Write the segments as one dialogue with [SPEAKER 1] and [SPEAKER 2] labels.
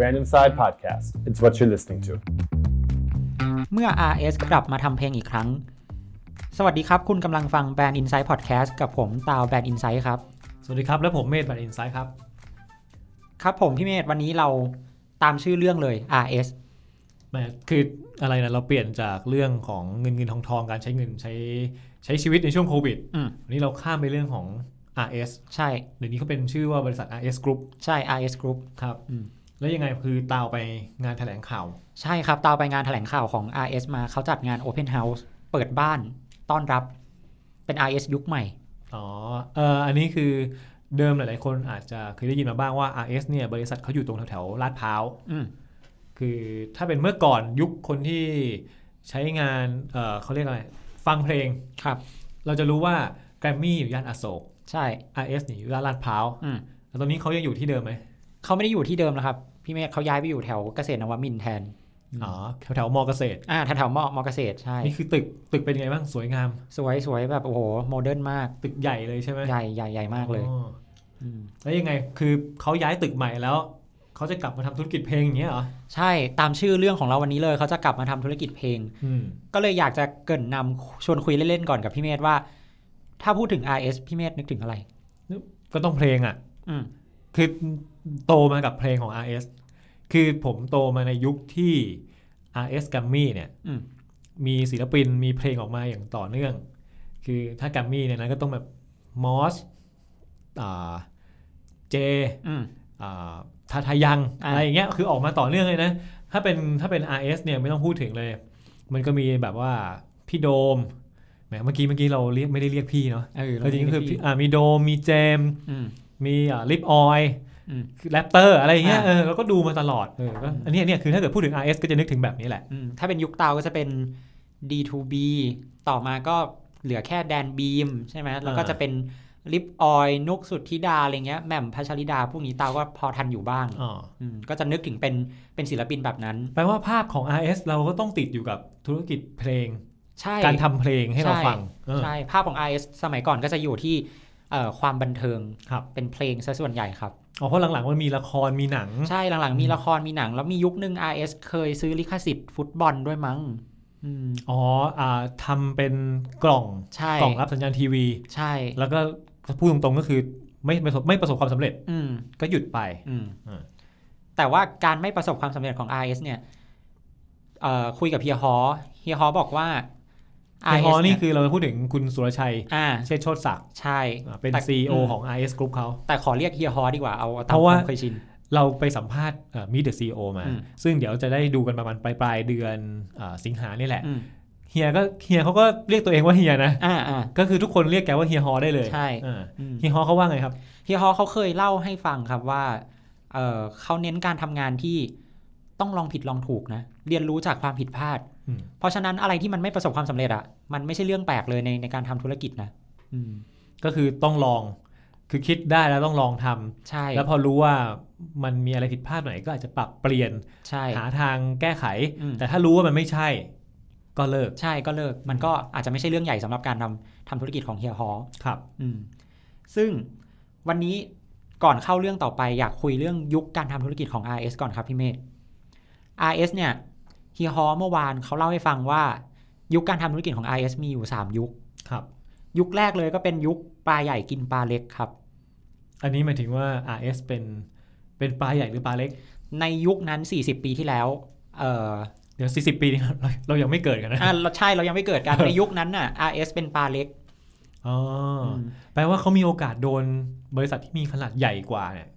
[SPEAKER 1] Random Side Podcast. It's what you're listening to.
[SPEAKER 2] เมื่อ RS กลับมาทำเพลงอีกครั้ง สวัสดีครับ คุณกำลังฟัง Brand Insight Podcast กับผมตาว Brand Insight ครับ
[SPEAKER 3] สวัสดีครับ และผมเมธบัตอินไซด์ครับ
[SPEAKER 2] ครับผมพี่เมธวันนี้เราตามชื่อเรื่องเลย RS
[SPEAKER 3] แหมคืออะไรนะเราเปลี่ยนจากเรื่องของเงินเงินทองทองการใช้เงินใช้ใช้ชีวิตในช่วงโควิด
[SPEAKER 2] อืม
[SPEAKER 3] วันนี้เราข้ามไปเรื่องของ RS
[SPEAKER 2] ใช่
[SPEAKER 3] เดี๋ยวนี้เขาเป็นชื่อว่าบริษัท RS Group
[SPEAKER 2] ใช่ RS Group
[SPEAKER 3] ครับ
[SPEAKER 2] อืม
[SPEAKER 3] แล้วยังไงคือตาวไปงานแถลงข่าว
[SPEAKER 2] ใช่ครับตาวไปงานแถลงข่าวของ RS มาเขาจัดงาน Open House เปิดบ้านต้อนรับเป็น RS ยุคใหม่
[SPEAKER 3] อ๋อเอออันนี้คือเดิมหลายๆ คนอาจจะเคยได้ยินมาบ้างว่า RS เนี่ยบริษัทเขาอยู่ตรงแถวๆลาดพร้าว
[SPEAKER 2] อืม
[SPEAKER 3] คือถ้าเป็นเมื่อก่อนยุคคนที่ใช้งานเออเขาเรียกอะไร ฟังเพลง
[SPEAKER 2] ครับ
[SPEAKER 3] เราจะรู้ว่าแกรมมี่อยู่ย่านอโศก
[SPEAKER 2] ใช่
[SPEAKER 3] RS นี่อยู่ย่านลาดพร้าว
[SPEAKER 2] อืม
[SPEAKER 3] แล้วตอนนี้เขายังอยู่ที่เดิมไหม
[SPEAKER 2] เขาไม่ได้อยู่ที่เดิมแล้วครับ พี่เมธเขาย้ายไปอยู่แถวเกษตรนวมินทร์แทน อืม
[SPEAKER 3] อ๋อแถวแถวมอเกษตร
[SPEAKER 2] อ่าแถวๆมมอเกษตรใช่
[SPEAKER 3] นี่คือตึกตึกเป็นยังไงบ้างสวยงาม
[SPEAKER 2] สวยสวยแบบโอ้โหโมเดิร์นมาก
[SPEAKER 3] ตึกใหญ่เลยใช่ไหม
[SPEAKER 2] ใหญ่ใหญ่ใหญ่มากเลย
[SPEAKER 3] อ๋อ
[SPEAKER 2] ม
[SPEAKER 3] แล้วยังไงคือเขาย้ายตึกใหม่แล้วเขาจะกลับมาทำธุรกิจเพลงอย่างเงี้ยเหรอ
[SPEAKER 2] ใช่ตามชื่อเรื่องของเราวันนี้เลยเขาจะกลับมาทำธุรกิจเพลง
[SPEAKER 3] อืม
[SPEAKER 2] ก็เลยอยากจะเกรินนำชวนคุยเล่น ๆ ก่อนกับพี่เมธว่า ถ้าพูดถึง RS พี่เมธนึกถึงอะไร
[SPEAKER 3] ก็ต้องเพลงอ่ะ
[SPEAKER 2] อืม
[SPEAKER 3] คือโตมากับเพลงของ RS คือผมโตมาในยุคที่ RS g r a m m y เนี่ย
[SPEAKER 2] อืม
[SPEAKER 3] มีศิลปินมีเพลงออกมาอย่างต่อเนื่อง คือถ้า g r a m m y เนี่ยนะก็ต้องแบบมอสอ่าเจ
[SPEAKER 2] อืม
[SPEAKER 3] อ่าทาทายัง
[SPEAKER 2] อ่า
[SPEAKER 3] อะไรอย่างเงี้ยคือออกมาต่อเนื่องเลยนะ ถ้าเป็นถ้าเป็น RS เนี่ยไม่ต้องพูดถึงเลย มันก็มีแบบว่าพี่โดมแหมเมื่อกี้เมื่อกี้เราเรียกไม่ได้เรียกพี่เนาะ
[SPEAKER 2] เออ
[SPEAKER 3] แล้วจริงๆก็คือพี่อ่ามีโดมมีเจมส์
[SPEAKER 2] อืม
[SPEAKER 3] มีลิปออย
[SPEAKER 2] อืม
[SPEAKER 3] คือแรปเตอร์อะไรอย่างเงี้ย
[SPEAKER 2] อ่า
[SPEAKER 3] เออเราก็ดูมาตลอดเออก็อันเนี้ยเนี่ยคือถ้าเกิดพูดถึง RS ก็จะนึกถึงแบบนี้แหละ
[SPEAKER 2] อืมถ้าเป็นยุคเตาก็จะเป็น D2B ต่อมาก็เหลือแค่แดนบีมใช่ไหมแล้วก็
[SPEAKER 3] อ่า
[SPEAKER 2] จะเป็นลิปออยนุกสุดธิดาอะไรเงี้ยแหม่มพัชริดาพวกนี้เตาก็พอทันอยู่บ้าง
[SPEAKER 3] อ๋อ
[SPEAKER 2] อืมก็จะนึกถึงเป็นเป็นศิลปินแบบนั้น
[SPEAKER 3] แปลว่าภาพของ RS เราก็ต้องติดอยู่กับธุรกิจเพลง
[SPEAKER 2] ใช่
[SPEAKER 3] การทำเพลงให้เรา
[SPEAKER 2] ใช่
[SPEAKER 3] ฟังเออ
[SPEAKER 2] ใช่ ภาพของ RS สมัยก่อนก็จะอยู่ที่เอ่อความบันเทิง
[SPEAKER 3] ครับ
[SPEAKER 2] เป็นเพลงซะส่วนใหญ่ครับ
[SPEAKER 3] อ๋อเพราะหลังๆมันมีละครมีหนัง
[SPEAKER 2] ใช่หลังๆ มีละครมีหนัง แล้วมียุคหนึ่ง RS เคยซื้อลิขสิทธิ์ฟุตบอลด้วยมั้งอืม
[SPEAKER 3] อ๋ออ่าทำเป็นกล่อง
[SPEAKER 2] ใช่
[SPEAKER 3] กล่องรับสัญญาณทีวี
[SPEAKER 2] ใช่
[SPEAKER 3] แล้วก็พูดตรงๆก็คือไม่ประสบไม่ประสบความสำเร็จ
[SPEAKER 2] อืม
[SPEAKER 3] ก็หยุดไป
[SPEAKER 2] อืม
[SPEAKER 3] อ่า
[SPEAKER 2] แต่ว่าการไม่ประสบความสำเร็จของ RS เนี่ยเอ่อคุยกับเฮียฮอเฮียฮอบอกว่า
[SPEAKER 3] ไอฮอ
[SPEAKER 2] RS
[SPEAKER 3] นี่
[SPEAKER 2] เย
[SPEAKER 3] คือเราพูดถึงคุณสุรชัย
[SPEAKER 2] อ่า
[SPEAKER 3] เชษฐ์โชติศักดิ์
[SPEAKER 2] ใช่
[SPEAKER 3] อ่าเป็น
[SPEAKER 2] แต่
[SPEAKER 3] CEO
[SPEAKER 2] อืม
[SPEAKER 3] ของ IS Group เขา
[SPEAKER 2] แต่ขอเรียกเฮียฮอดีกว่าเอาตาม
[SPEAKER 3] เพราะ
[SPEAKER 2] ค
[SPEAKER 3] ว่า
[SPEAKER 2] วามเคยชิน
[SPEAKER 3] เราไปสัมภาษณ์มิเดอะซีโอ Meet the CEO มา
[SPEAKER 2] อืม
[SPEAKER 3] ซึ่งเดี๋ยวจะได้ดูกันประมาณปลายปลายๆเดือนอ่าสิงหาเนี่ยแหละ
[SPEAKER 2] อืม
[SPEAKER 3] เฮียก็เฮียเขาก็เรียกตัวเองว่าเฮียนะ
[SPEAKER 2] อ่าอ่า
[SPEAKER 3] ก็คือทุกคนเรียกแกว่าเฮียฮอได้เลย
[SPEAKER 2] ใช่
[SPEAKER 3] อ่า
[SPEAKER 2] อืม
[SPEAKER 3] เฮียฮอเขาว่าไงครับ
[SPEAKER 2] เฮียฮอเขาเคยเล่าให้ฟังครับว่าเอ่อเขาเน้นการทำงานที่ต้องลองผิดลองถูกนะ เรียนรู้จากความผิดพลาด
[SPEAKER 3] อืม
[SPEAKER 2] เพราะฉะนั้นอะไรที่มันไม่ประสบความสำเร็จอะมันไม่ใช่เรื่องแปลกเลยในในการทำธุรกิจนะอืม
[SPEAKER 3] ก็คือต้องลองคือคิดได้แล้วต้องลองทำ
[SPEAKER 2] ใช่
[SPEAKER 3] แล้วพอรู้ว่ามันมีอะไรผิดพลาดไหนก็อาจจะปรับเปลี่ยน
[SPEAKER 2] ใช่
[SPEAKER 3] หาทางแก้ไข
[SPEAKER 2] อืม
[SPEAKER 3] แต่ถ้ารู้ว่ามันไม่ใช่ ก็เลิก
[SPEAKER 2] ใช่ก็เลิกมันก็อาจจะไม่ใช่เรื่องใหญ่สำหรับการทำทำธุรกิจของเฮียฮอ
[SPEAKER 3] ครับ
[SPEAKER 2] อืมซึ่งวันนี้ก่อนเข้าเรื่องต่อไปอยากคุยเรื่องยุคการทำธุรกิจของ RS ก่อนครับพี่เมธ RS เนี่ยเฮียฮอเมื่อวานเขาเล่าให้ฟังว่า ยุคการทำธุรกิจของ RS มีอยู่ 3 ยุค
[SPEAKER 3] ครับ
[SPEAKER 2] ยุคแรกเลยก็เป็นยุคปลาใหญ่กินปลาเล็กครับ
[SPEAKER 3] อันนี้หมายถึงว่า RS เป็นเป็นปลาใหญ่หรือปลาเล็ก
[SPEAKER 2] ในยุคนั้น 40 ปีที่แล้ว เออ
[SPEAKER 3] เดี๋ยว 40 ปีนี้เราเราเรายังไม่เกิดกันนะ
[SPEAKER 2] อ่ะเราใช่เรายังไม่เกิดกัน ในยุคนั้นน่ะ RS เป็นปลาเล็ก
[SPEAKER 3] อ๋ออ
[SPEAKER 2] ม
[SPEAKER 3] แปลว่าเขามีโอกาสโดนบริษัทที่มีขนาดใหญ่กว่าเนี่ย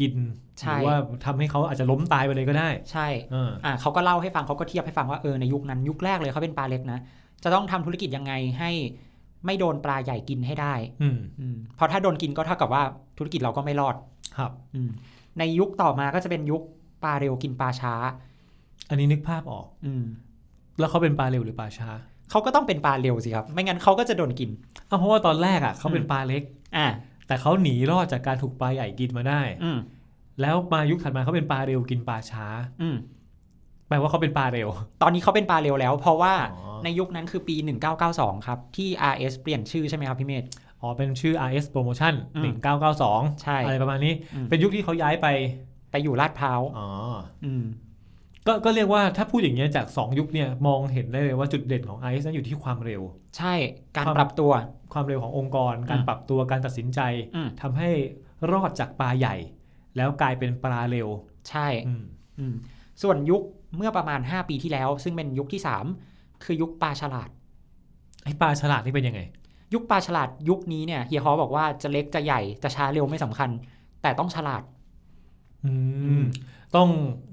[SPEAKER 3] กิน
[SPEAKER 2] ใช่
[SPEAKER 3] หรืว่าทำให้เขาอาจจะล้มตายไปเลยก็ได้
[SPEAKER 2] ใช่
[SPEAKER 3] เออ
[SPEAKER 2] อ่ะเขาก็เล่าให้ฟังเขาก็เทียบให้ฟังว่าเออในยุคนั้น ยุคแรกเลยเขาเป็นปลาเล็กนะ จะต้องทำธุรกิจยังไงให้ไม่โดนปลาใหญ่กินให้ได้
[SPEAKER 3] อืม
[SPEAKER 2] อืมเพราะถ้าโดนกินก็เท่ากับว่าธุรกิจเราก็ไม่รอด
[SPEAKER 3] ครับ
[SPEAKER 2] อมในยุคต่อมาก็จะเป็นยุคปลาเร็วกินปลาช้า
[SPEAKER 3] อันนี้นึกภาพออก
[SPEAKER 2] อืม
[SPEAKER 3] แล้วเขาเป็นปลาเร็วหรือปลาช้า
[SPEAKER 2] เขาก็ต้องเป็นปลาเร็วสิครับ ไม่งั้นเขาก็จะโดนกิน
[SPEAKER 3] อ้าวเพราะว่าตอนแรกอ่ะเขาเป็นปลาเล็ก
[SPEAKER 2] อ่ะ
[SPEAKER 3] แต่เขาหนีรอดจากการถูกปลาใหญ่กินมาได้
[SPEAKER 2] อืม
[SPEAKER 3] แล้วมายุคถัดมาเขาเป็นปลาเร็วกินปลาช้า
[SPEAKER 2] อืม
[SPEAKER 3] แปลว่าเขาเป็นปลาเร็ว
[SPEAKER 2] ตอนนี้เขาเป็นปลาเร็วแล้ว เพราะว่า
[SPEAKER 3] อ๋อ
[SPEAKER 2] ในยุคนั้นคือปี 1992 ครับ ที่ RS เปลี่ยนชื่อใช่ไหมครับพี่เมธ
[SPEAKER 3] อ๋อเป็นชื่อ RS Promotion
[SPEAKER 2] อืม
[SPEAKER 3] 1992
[SPEAKER 2] ใช่
[SPEAKER 3] อะไรประมาณนี้
[SPEAKER 2] อืม
[SPEAKER 3] เป็นยุคที่เขาย้ายไป
[SPEAKER 2] ไปอยู่ลาดพร้าว
[SPEAKER 3] อ๋อ
[SPEAKER 2] อืม
[SPEAKER 3] ก็ก็เรียกว่าถ้าพูดอย่างเงี้ยจาก 2 ยุคเนี่ยมองเห็นได้เลยว่าจุดเด่นของ RS นั้นอยู่ที่ความเร็ว
[SPEAKER 2] ใช่การ
[SPEAKER 3] ความ
[SPEAKER 2] ปรับตัว
[SPEAKER 3] ความเร็วขององค์กร การ
[SPEAKER 2] อืม
[SPEAKER 3] ปรับตัวการตัดสินใจ
[SPEAKER 2] อืม
[SPEAKER 3] ทำให้รอดจากปลาใหญ่ แล้วกลายเป็นปลาเร็ว
[SPEAKER 2] ใช่
[SPEAKER 3] อืม
[SPEAKER 2] อืมส่วนยุคเมื่อประมาณ 5 ปีที่แล้ว ซึ่งเป็นยุคที่ 3 คือยุคปลาฉลาด
[SPEAKER 3] ไอ้ปลาฉลาดนี่เป็นยังไง
[SPEAKER 2] ยุคปลาฉลาดยุคนี้เนี่ยเฮียฮอบอกว่าจะเล็กจะใหญ่จะช้าเร็วไม่สำคัญ แต่ต้องฉลาด
[SPEAKER 3] อื
[SPEAKER 2] อืม
[SPEAKER 3] มต้อง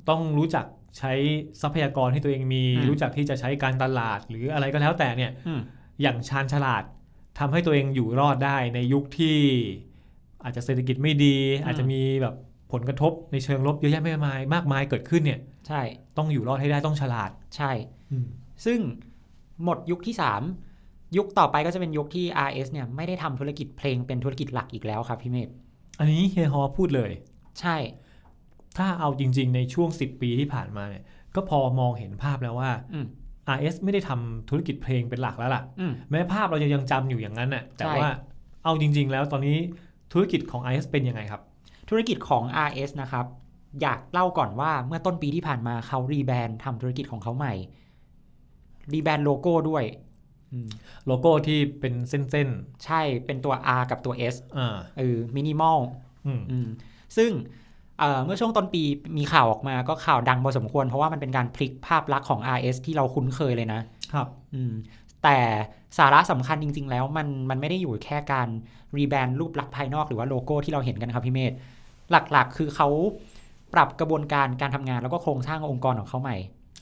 [SPEAKER 3] ต้องรู้จักใช้ทรัพยากรที่ตัวเองมี
[SPEAKER 2] อืม
[SPEAKER 3] รู้จักที่จะใช้การตลาดหรืออะไรก็แล้วแต่เนี่ย
[SPEAKER 2] อืม
[SPEAKER 3] อย่างชาญฉลาดทำให้ตัวเองอยู่รอดได้ในยุคที่ อาจจะเศรษฐกิจไม่ดี
[SPEAKER 2] อืม
[SPEAKER 3] อาจจะมีแบบผลกระทบในเชิงลบเยอะแยะมากมายมากมายเกิดขึ้นเนี่ย
[SPEAKER 2] ใช่
[SPEAKER 3] ต้องอยู่รอดให้ได้ต้องฉลาด
[SPEAKER 2] ใช่ ซึ่งหมดยุคที่ 3 ยุคต่อไปก็จะเป็นยุคที่ RS เนี่ยไม่ได้ทำธุรกิจเพลงเป็นธุรกิจหลักอีกแล้วครับพี่เมธ
[SPEAKER 3] อันนี้เฮยฮอพูดเลย
[SPEAKER 2] ใช่
[SPEAKER 3] ถ้าเอาจริง ๆ ในช่วง 10 ปีที่ผ่านมาเนี่ยก็พอมองเห็นภาพแล้วว่า
[SPEAKER 2] อืม
[SPEAKER 3] RS ไม่ได้ทำธุรกิจเพลงเป็นหลักแล้วล่ะ
[SPEAKER 2] อืม
[SPEAKER 3] แม้ภาพเราจะยังจำอยู่อย่างนั้นน่ะแต่
[SPEAKER 2] ใช่
[SPEAKER 3] ว่าเอาจริง ๆ แล้วตอนนี้ธุรกิจของ IS เป็นยังไงครับ
[SPEAKER 2] ธุรกิจของ RS นะครับ อยากเล่าก่อนว่าเมื่อต้นปีที่ผ่านมาเขารีแบรนด์ทำธุรกิจของเขาใหม่ รีแบรนด์โลโก้ด้วยอืม
[SPEAKER 3] โลโก้ที่เป็นเส้น
[SPEAKER 2] ใช่เป็นตัว R กับตัว S
[SPEAKER 3] ๆอ่า
[SPEAKER 2] เออมินิมอล
[SPEAKER 3] อืม
[SPEAKER 2] ซึ่งเอ่อเมื่อช่วงต้นปีมีข่าวออกมาก็ข่าวดังพอสมควร เพราะว่ามันเป็นการพลิกภาพลักษณ์ของ RS ที่เราคุ้นเคยเลยนะ
[SPEAKER 3] ครับ
[SPEAKER 2] อืมแต่สาระสำคัญจริง ๆ แล้วมันมันไม่ได้อยู่แค่การรีแบรนด์รูปลักษณ์ภายนอกหรือว่าโลโก้ที่เราเห็นกันครับพี่เมธหลักๆ คือเขาปรับกระบวนการการทำงานแล้วก็โครงสร้างองค์กรของเขาใหม่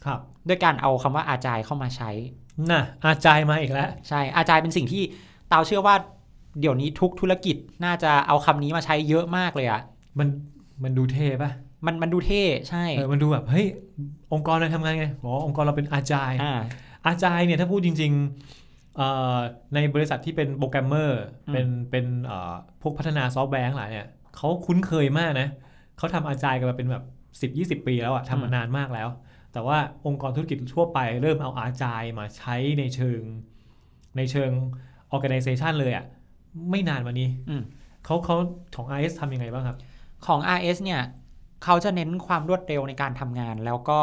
[SPEAKER 3] ครับ
[SPEAKER 2] ด้วยการเอาคำว่าอาจายเข้ามาใช้
[SPEAKER 3] น่ะอาจายมาอีกแล้ว
[SPEAKER 2] ใช่อาจายเป็นสิ่งที่เตาเชื่อว่าเดี๋ยวนี้ทุกธุรกิจน่าจะเอาคำนี้มาใช้เยอะมากเลยอะ่ะ
[SPEAKER 3] มันมันดูเท่ป่ะ
[SPEAKER 2] มันมันดูเท่ใช่
[SPEAKER 3] เออมันดูแบบเฮ้ยองค์กรเราทำงานไงบอกว่าองค์กรเราเป็นอาจาย
[SPEAKER 2] อ่า
[SPEAKER 3] อาจายเนี่ยถ้าพูดจริงๆเอ่อในบริษัทที่เป็นโปรแกรมเมอร์
[SPEAKER 2] อืม
[SPEAKER 3] เป็นเป็นเอ่อพวกพัฒนาซอฟต์แวร์ทั้งหลายเนี่ยเขาคุ้นเคยมากนะเขาทำอาจายกันมาเป็นแบบ 10 20 ปีแล้วอะทำมานานมากแล้ว แต่ว่าองค์กรธุรกิจทั่วไปเริ่มเอาอาจายมาใช้ในเชิงในเชิง organization เลยอะไม่นานมานี้
[SPEAKER 2] อืม
[SPEAKER 3] เขาเขาของ IS ทำยังไงบ้างครับ
[SPEAKER 2] ของ RS เนี่ยเขาจะเน้นความรวดเร็วในการทำงาน แล้วก็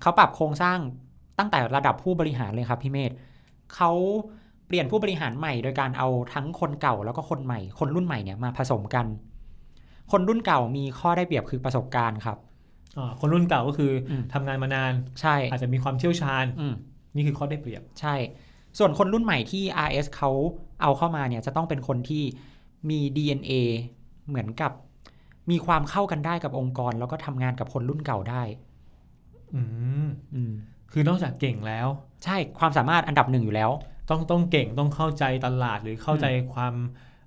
[SPEAKER 2] เขาปรับโครงสร้างตั้งแต่ระดับผู้บริหารเลยครับพี่เมธเขาเปลี่ยนผู้บริหารใหม่ โดยการเอาทั้งคนเก่าแล้วก็คนใหม่ คนรุ่นใหม่เนี่ยมาผสมกัน คนรุ่นเก่ามีข้อได้เปรียบคือประสบการณ์ครับ
[SPEAKER 3] อ่าคนรุ่นเก่าก็คืออ
[SPEAKER 2] ม
[SPEAKER 3] ทำงานมานาน
[SPEAKER 2] ใช่
[SPEAKER 3] อาจจะมีความเชี่ยวชาญ
[SPEAKER 2] อืม
[SPEAKER 3] นี่คือข้อได้เปรียบ
[SPEAKER 2] ใช่ ส่วนคนรุ่นใหม่ที่ RS เขาเอาเข้ามาเนี่ยจะต้องเป็นคนที่มี DNA เหมือนกับ มีความเข้ากันได้กับองค์กร แล้วก็ทำงานกับคนรุ่นเก่าได้
[SPEAKER 3] อืม
[SPEAKER 2] อืม
[SPEAKER 3] คือนอกจากเก่งแล้ว
[SPEAKER 2] ใช่ความสามารถอันดับหนึ่งอยู่แล้ว
[SPEAKER 3] ต้องต้องเก่งต้องเข้าใจตลาดหรือเข้าใจความ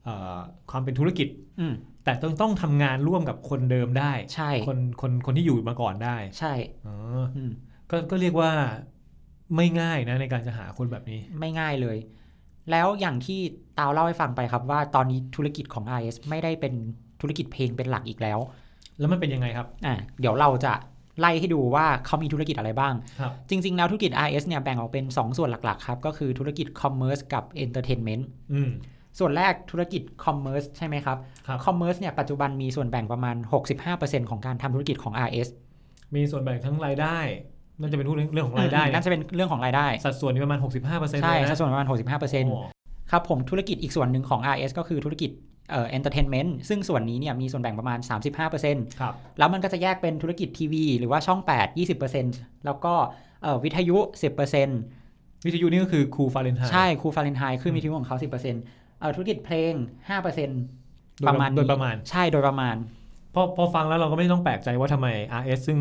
[SPEAKER 3] เอ่อความเป็นธุรกิจ
[SPEAKER 2] อืม
[SPEAKER 3] แต่ต้องต้องทำงานร่วมกับคนเดิมได้
[SPEAKER 2] ใช่
[SPEAKER 3] คนคนคนที่อยู่มาก่อนได้
[SPEAKER 2] ใช่
[SPEAKER 3] อ๋อ
[SPEAKER 2] อืม
[SPEAKER 3] ก็ก็เรียกว่าไม่ง่ายนะในการจะหาคนแบบนี้
[SPEAKER 2] ไม่ง่ายเลย แล้วอย่างที่ตาวเล่าให้ฟังไปครับว่าตอนนี้ธุรกิจของ IS ไม่ได้เป็นธุรกิจเพลงเป็นหลักอีกแล้ว
[SPEAKER 3] แล้วมันเป็นยังไงครับ
[SPEAKER 2] อ่ะเดี๋ยวเราจะไล่ให้ดูว่าเขามีธุรกิจอะไรบ้าง
[SPEAKER 3] ครับ
[SPEAKER 2] จริง ๆ แล้วธุรกิจ IS เนี่ยแบ่งออกเป็น 2 ส่วนหลัก ๆ ครับ ก็คือธุรกิจ Commerce กับ Entertainment
[SPEAKER 3] อืม
[SPEAKER 2] ส่วนแรกธุรกิจ Commerce ใช่ไหมครับ
[SPEAKER 3] ครับ
[SPEAKER 2] Commerce เนี่ยปัจจุบันมีส่วนแบ่งประมาณ 65%ของการทำธุรกิจของ IS
[SPEAKER 3] มีส่วนแบ่งทั้งรายได้น่าจะเป็นพูดเรื่องของรายได้
[SPEAKER 2] อืม
[SPEAKER 3] นะ
[SPEAKER 2] น่าจะเป็นเรื่องของรายได้
[SPEAKER 3] สัดส่วนนี่ประมาณ 65%เลยนะ
[SPEAKER 2] ใช่สัดส่วนประมาณ 65%
[SPEAKER 3] โอ้
[SPEAKER 2] ครับผมธุรกิจอีกส่วนหนึ่งของ RS ก็คือธุรกิจเอ่อ entertainment ซึ่งส่วนนี้เนี่ยมีส่วนแบ่งประมาณ 35%
[SPEAKER 3] ครับ
[SPEAKER 2] แล้วมันก็จะแยกเป็นธุรกิจทีวีหรือว่าช่อง 8 20%แล้วก็เอ่อวิทยุ 10%
[SPEAKER 3] วิทยุนี่ก็คือครูฟาเรนไฮต์
[SPEAKER 2] ใช่ครูฟาเรนไฮต์ขึ้นวิทยุของเขา 10%เอ่อธุรกิจเพลง 5%
[SPEAKER 3] โดย
[SPEAKER 2] ประมาณ
[SPEAKER 3] โด
[SPEAKER 2] นี้
[SPEAKER 3] ยประมาณ
[SPEAKER 2] ใช่โดยประมาณ
[SPEAKER 3] พอพอฟังแล้วเราก็ไม่ต้องแปลกใจว่าทำไม RS ซึ่ง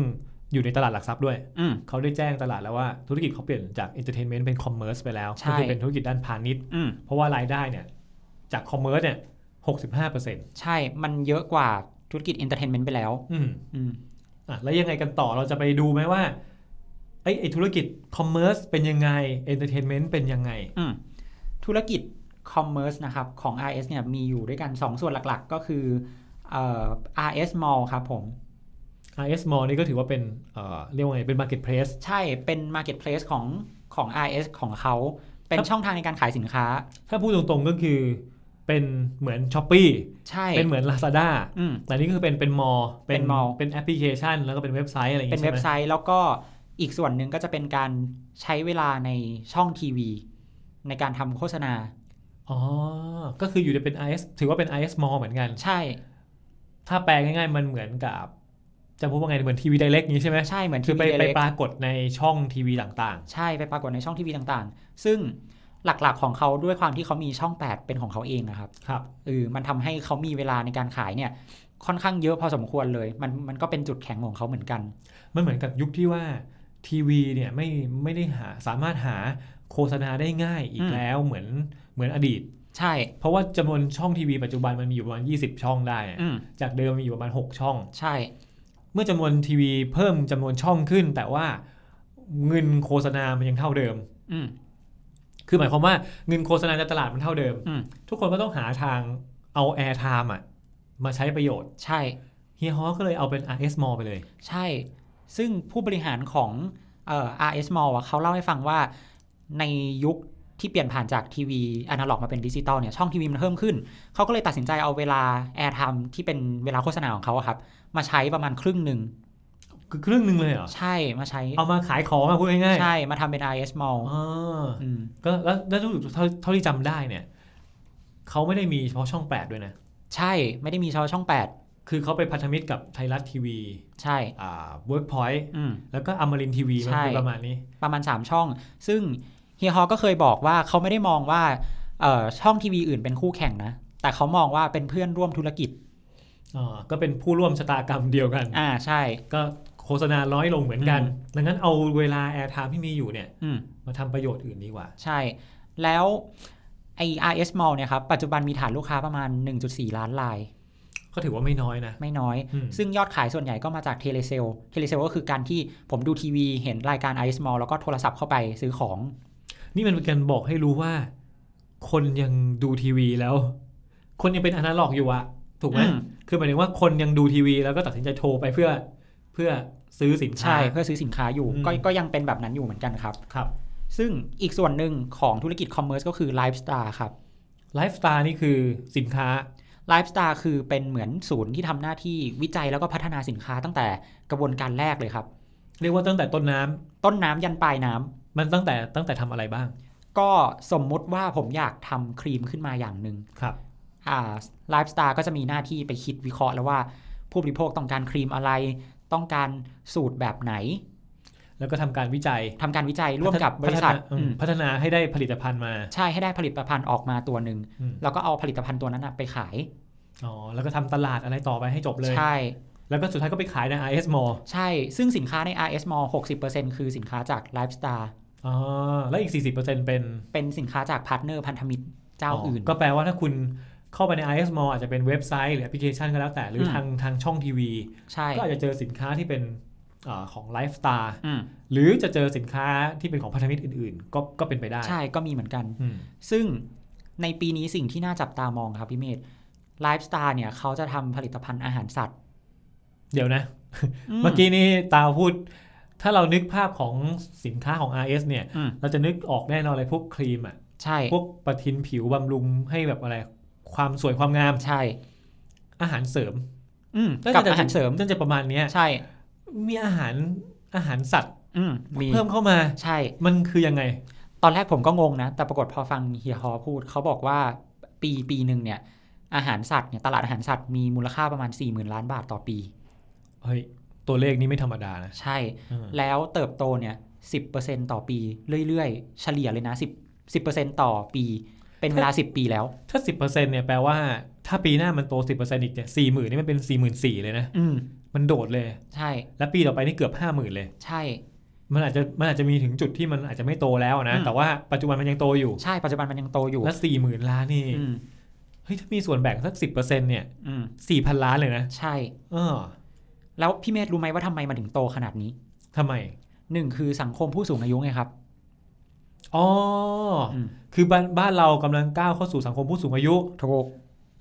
[SPEAKER 3] อยู่ในตลาดหลักทรัพย์ด้วย
[SPEAKER 2] อืม
[SPEAKER 3] เขาได้แจ้งตลาดแล้วว่าธุรกิจเขาเปลี่ยนจาก entertainment เป็น commerce ไปแล้ว
[SPEAKER 2] ใช่
[SPEAKER 3] ก็คือเป็นธุรกิจด้านพาณิชย์
[SPEAKER 2] อืม
[SPEAKER 3] เพราะว่ารายได้เนี่ย จาก commerce เนี่ย65เปอร์เซ็นต์
[SPEAKER 2] ใช่มันเยอะกว่าธุรกิจ entertainment ไปแล้ว
[SPEAKER 3] อืม
[SPEAKER 2] อืม
[SPEAKER 3] อ่ะแล้วยังไงกันต่อเราจะไปดูไหมว่าไอ้ไอ้ธุรกิจ commerce เป็นยังไง entertainment เป็นยังไง
[SPEAKER 2] อืมธุรกิจ commerce นะครับของ RS เนี่ยมีอยู่ด้วยกัน 2 ส่วนหลักๆ ก็คือเอ่อ RS Mall ครับผม
[SPEAKER 3] RS Mall นี่ก็ถือว่าเป็นเอ่อเรียกว่าไงเป็น marketplace
[SPEAKER 2] ใช่ เป็น Marketplace ของของ RS ของเขา เป็น
[SPEAKER 3] ครับ
[SPEAKER 2] ช่องทางในการขายสินค้า
[SPEAKER 3] ถ้าพูดตรงๆก็คือ ไป เป็นเหมือนช้อปปี้
[SPEAKER 2] ใช่
[SPEAKER 3] เป็นเหมือน Lazada
[SPEAKER 2] อืม
[SPEAKER 3] แต่นี่ก็คือเป็นเป็นมอ
[SPEAKER 2] เป็น mall
[SPEAKER 3] เป็นแอปพลิเคชัน แล้วก็เป็นเว็บไซต์อะไรอย่าง
[SPEAKER 2] เป็น
[SPEAKER 3] เงี้ย
[SPEAKER 2] เว็บ
[SPEAKER 3] ใช่
[SPEAKER 2] ไซ
[SPEAKER 3] ไหม
[SPEAKER 2] ต์แล้วก็อีกส่วนหนึ่งก็จะเป็นการใช้เวลาในช่องทีวี ในการทำโฆษณา
[SPEAKER 3] อ๋อ ก็คืออยู่ในเป็น IS ถือว่าเป็น IS มอเหมือนกัน
[SPEAKER 2] ใช่
[SPEAKER 3] ถ้าแปลง่ายๆ มันเหมือนกับ จะพูดว่าไงเหมือนทีวีไดเรกนี้ใช่ไหม
[SPEAKER 2] ใช่เหมือน
[SPEAKER 3] คือไป
[SPEAKER 2] ทีวี
[SPEAKER 3] ไป
[SPEAKER 2] เล็ก
[SPEAKER 3] ปรากฏในช่องทีวีต่าง
[SPEAKER 2] ใช่ไปปรากฏในช่องทีวีต่างๆ ซึ่งหลักๆของเขาด้วยความที่เขามีช่อง 8 เป็นของเขาเองนะครับ
[SPEAKER 3] ๆ ครับ
[SPEAKER 2] เออมันทำให้เขามีเวลาในการขายเนี่ย ค่อนข้างเยอะพอสมควรเลย มันมันก็เป็นจุดแข็งของเขาเหมือนกัน
[SPEAKER 3] มันเหมือนกับยุคที่ว่าทีวีเนี่ยไม่ไม่ได้หาสามารถหาโฆษณาได้ง่ายอี
[SPEAKER 2] อื
[SPEAKER 3] ก
[SPEAKER 2] ม
[SPEAKER 3] แล้วเหมือนเหมือนอดีต
[SPEAKER 2] ใช่
[SPEAKER 3] เพราะว่าจำนวนช่องทีวีปัจจุบันมันมีอยู่ประมาณ 20 ช่องได้อะ
[SPEAKER 2] อืม
[SPEAKER 3] จากเดิมมีอยู่ประมาณ 6 ช่อง
[SPEAKER 2] ใช่
[SPEAKER 3] เมื่อจำนวนทีวีเพิ่มจำนวนช่องขึ้น แต่ว่าเงินโฆษณามันยังเท่าเดิม
[SPEAKER 2] อืม
[SPEAKER 3] คือหมายความว่าเงินโฆษณาในตลาดมันเท่าเดิม
[SPEAKER 2] อืม
[SPEAKER 3] ทุกคนก็ต้องหาทางเอาแอร์ไทม์อะมาใช้ประโยชน์
[SPEAKER 2] ใช่
[SPEAKER 3] เฮียฮอก็เลยเอาเป็น RS Mall ไปเลย
[SPEAKER 2] ใช่ ซึ่งผู้บริหารของเอ่อ RS Mall อะเขาเล่าให้ฟังว่าในยุคที่เปลี่ยนผ่านจากทีวีอนาล็อกมาเป็นดิจิตอลเนี่ย ช่องทีวีมันเพิ่มขึ้น เขาก็เลยตัดสินใจเอาเวลาแอร์ไทม์ที่เป็นเวลาโฆษณาของเขาอะครับ มาใช้ประมาณครึ่งหนึ่ง
[SPEAKER 3] คือครึ่งหนึ่งเลยเหรอ
[SPEAKER 2] ใช่มาใช้
[SPEAKER 3] เอามาขายของอะพูดง่ายๆ
[SPEAKER 2] ใช่ มาทำเป็น RS Mall
[SPEAKER 3] อ๋อ
[SPEAKER 2] อืม
[SPEAKER 3] ก็แล้วแล้วรู้สึกเท่าเท่าที่จำได้เนี่ยเขาไม่ได้มีเฉพาะช่องแปดด้วยนะ
[SPEAKER 2] ใช่ ไม่ได้มีเฉพาะช่อง
[SPEAKER 3] คือเขาไปพันธมิตรกับไทยรัฐทีวี
[SPEAKER 2] 8 ใช่
[SPEAKER 3] อ่าเวิร์กพอยต์
[SPEAKER 2] อืม
[SPEAKER 3] แล้วก็อมรินทีวีมัน
[SPEAKER 2] ใช่
[SPEAKER 3] คือประมาณนี้
[SPEAKER 2] ประมาณ 3 ช่อง ซึ่งเฮียฮอก็เคยบอกว่าเขาไม่ได้มองว่าเอ่อช่องทีวีอื่นเป็นคู่แข่งนะ แต่เขามองว่าเป็นเพื่อนร่วมธุรกิจ
[SPEAKER 3] อ่าก็เป็นผู้ร่วมชะตากรรมเดียวกัน
[SPEAKER 2] อ่า ใช่
[SPEAKER 3] ก็โฆษณาน้อยลงเหมือนกัน ดังนั้นเอาเวลาแอร์ไทม์ที่มีอยู่เนี่ย
[SPEAKER 2] อืม
[SPEAKER 3] มาทำประโยชน์อื่นดีกว่า
[SPEAKER 2] ใช่ แล้วไอ RS Mall เนี่ยครับ ปัจจุบันมีฐานลูกค้าประมาณ 1.4 ล้านราย
[SPEAKER 3] ก็ถือว่าไม่น้อยนะ
[SPEAKER 2] ไม่น้อย
[SPEAKER 3] อืม
[SPEAKER 2] ซึ่งยอดขายส่วนใหญ่ก็มาจากเทเลเซลเทเลเซลก็คือการที่ผมดูทีวีเห็นรายการ RS Mall แล้วก็โทรศัพท์เข้าไปซื้อของ
[SPEAKER 3] นี่มันเป็นการบอกให้รู้ว่า คนยังดูทีวีแล้ว คนยังเป็นอนาล็อกอยู่อะถูกไหม
[SPEAKER 2] อืม
[SPEAKER 3] คือหมายถึงว่าคนยังดูทีวี แล้วก็ตัดสินใจโทรไปเพื่อเพื่อซื้อสินค้า
[SPEAKER 2] ใช่ เพื่อซื้อสินค้าอยู่
[SPEAKER 3] อืม
[SPEAKER 2] ก็ก็ยังเป็นแบบนั้นอยู่เหมือนกันครับ
[SPEAKER 3] ครับ
[SPEAKER 2] ซึ่งอีกส่วนหนึ่งของธุรกิจคอมเมอร์ซก็คือไลฟ์สตาร์ครับ
[SPEAKER 3] ไลฟ์สไตล์นี่คือสินค้า
[SPEAKER 2] ไลฟ์สตาร์คือเป็นเหมือนศูนย์ที่ทำหน้าที่วิจัยแล้วก็พัฒนาสินค้าตั้งแต่กระบวนการแรกเลยครับ
[SPEAKER 3] เรียกว่าตั้งแต่ต้นน้ำ
[SPEAKER 2] ต้นน้ำยันปลายน้ำ
[SPEAKER 3] มันตั้งแต่ตั้งแต่ทำอะไรบ้าง
[SPEAKER 2] ก็สมมุติว่าผมอยากทำครีมขึ้นมาอย่างหนึ่ง
[SPEAKER 3] ครับ
[SPEAKER 2] อ่าไลฟ์สไตล์ก็จะมีหน้าที่ไปคิดวิเคราะห์แล้วว่า ผู้บริโภคต้องการครีมอะไร ต้องการสูตรแบบไหน
[SPEAKER 3] แล้วก็ทำการวิจัย
[SPEAKER 2] ทำการวิจัยร่วมกับบริษัท
[SPEAKER 3] พัฒนาอื
[SPEAKER 2] อื
[SPEAKER 3] ม
[SPEAKER 2] ม
[SPEAKER 3] พัฒนาให้ได้ผลิตภัณฑ์มา
[SPEAKER 2] ใช่ให้ได้ผลิตภัณฑ์ออกมาตัวหนึ่ง
[SPEAKER 3] อืม
[SPEAKER 2] แล้วก็เอาผลิตภัณฑ์ตัวนั้นนะไปขาย
[SPEAKER 3] อ๋อแล้วก็ทำตลาดอะไรต่อไปให้จบเลย
[SPEAKER 2] ใช่
[SPEAKER 3] แล้วก็สุดท้ายก็ไปขายใน RS Mall
[SPEAKER 2] ใช่ซึ่งสินค้าใน RS Mall 60%คือสินค้าจากไลฟ์สไตล์
[SPEAKER 3] อ๋อแล้วอีก 40%เป็น
[SPEAKER 2] เป็นสินค้าจากพาร์ทเนอร์พันธมิตรเจ้าอื่น
[SPEAKER 3] ก็แปลว่าถ้าคุณเข้าไปใน RS Mall อาจจะเป็นเว็บไซต์หรือแอปพลิเคชันก็แล้วแต่หรือ
[SPEAKER 2] ม
[SPEAKER 3] อทางทางช่องทีวี
[SPEAKER 2] ใช่
[SPEAKER 3] ก็อาจจะเจอสินค้าที่เป็นอาของไลฟ์สไตล์
[SPEAKER 2] อืม
[SPEAKER 3] หรือจะเจอสินค้าที่เป็นของพันธมิตรอื่นๆ ก็ก็เป็นไปได้
[SPEAKER 2] ใช่ก็มีเหมือนกัน
[SPEAKER 3] อืม
[SPEAKER 2] ซึ่งในปีนี้สิ่งที่น่าจับตามองครับพี่เมธไลฟ์สไตล์เนี่ยเขาจะทำผลิตภัณฑ์อาหารสัตว์
[SPEAKER 3] เดี๋ยวนะ เมื่อกี้นี่ตาพูด ถ้าเรานึกภาพของสินค้าของ RS เนี่ย
[SPEAKER 2] อืม
[SPEAKER 3] เราจะนึกออกแน่นอนเลยพวกครีมอ่ะ
[SPEAKER 2] ใช่
[SPEAKER 3] พวกประทินผิวบำรุงให้แบบอะไร ความสวยความงาม
[SPEAKER 2] ใช่
[SPEAKER 3] อาหารเสริม
[SPEAKER 2] อืมกับอาหารเสริม
[SPEAKER 3] น่าจะประมาณเนี้ย
[SPEAKER 2] ใช่
[SPEAKER 3] มีอาหารอาหารสัตว์
[SPEAKER 2] อืมมี
[SPEAKER 3] เพิ่มเข้ามา
[SPEAKER 2] ใช่
[SPEAKER 3] มันคือยังไง
[SPEAKER 2] ตอนแรกผมก็งงนะ แต่ปรากฏพอฟังเฮียฮอพูดเขาบอกว่าปีปีหนึ่งเนี่ย อาหารสัตว์เนี่ยตลาดอาหารสัตว์มีมูลค่าประมาณ 4 0,000 ล้านบาทต่อปี
[SPEAKER 3] เฮ้ย ตัวเลขนี้ไม่ธรรมดานะ
[SPEAKER 2] ใช่
[SPEAKER 3] อืม
[SPEAKER 2] แล้วเติบโตเนี่ย10%ต่อปีเรื่อยๆ เฉลี่ยเลยนะ10 10%ต่อปี เป็นเว ลา 10 ปีแล้ว
[SPEAKER 3] ถ้า 10%เนี่ยแปลว่า ถ้าปีหน้ามันโต 10%อีกเนี่ยสี่หมื่นนี่มันเป็นสี่หมื่นสี่เลยนะ
[SPEAKER 2] อืม
[SPEAKER 3] มันโดดเลย
[SPEAKER 2] ใช่
[SPEAKER 3] แล้วปีต่อไปนี่เกือบห้าหมื่นเลย
[SPEAKER 2] ใช่
[SPEAKER 3] มันอาจจะมันอาจจะมีถึงจุดที่มันอาจจะไม่โตแล้วนะ
[SPEAKER 2] อืม
[SPEAKER 3] แต่ว่าปัจจุบันมันยังโตอยู่
[SPEAKER 2] ใช่ ปัจจุบันมันยังโตอยู่
[SPEAKER 3] และสี่หมื่นล้านนี่
[SPEAKER 2] อืม
[SPEAKER 3] เฮ้ยถ้ามีส่วนแบ่งสักสิบเปอร์เซ็นต์เนี่ย
[SPEAKER 2] อืม
[SPEAKER 3] สี่พันล้านเลยนะ
[SPEAKER 2] ใช่
[SPEAKER 3] เออ
[SPEAKER 2] แล้วพี่เมธรู้ไหมว่าทำไมมันถึงโตขนาดนี้
[SPEAKER 3] ทำไม
[SPEAKER 2] หนึ่งคือสังคมผู้สูงอายุไงครับ
[SPEAKER 3] อ๋ออ
[SPEAKER 2] อืม
[SPEAKER 3] คือบ้านบ้านเรากำลังก้าวเข้าสู่สังคมผู้สูงอายุ
[SPEAKER 2] ถูก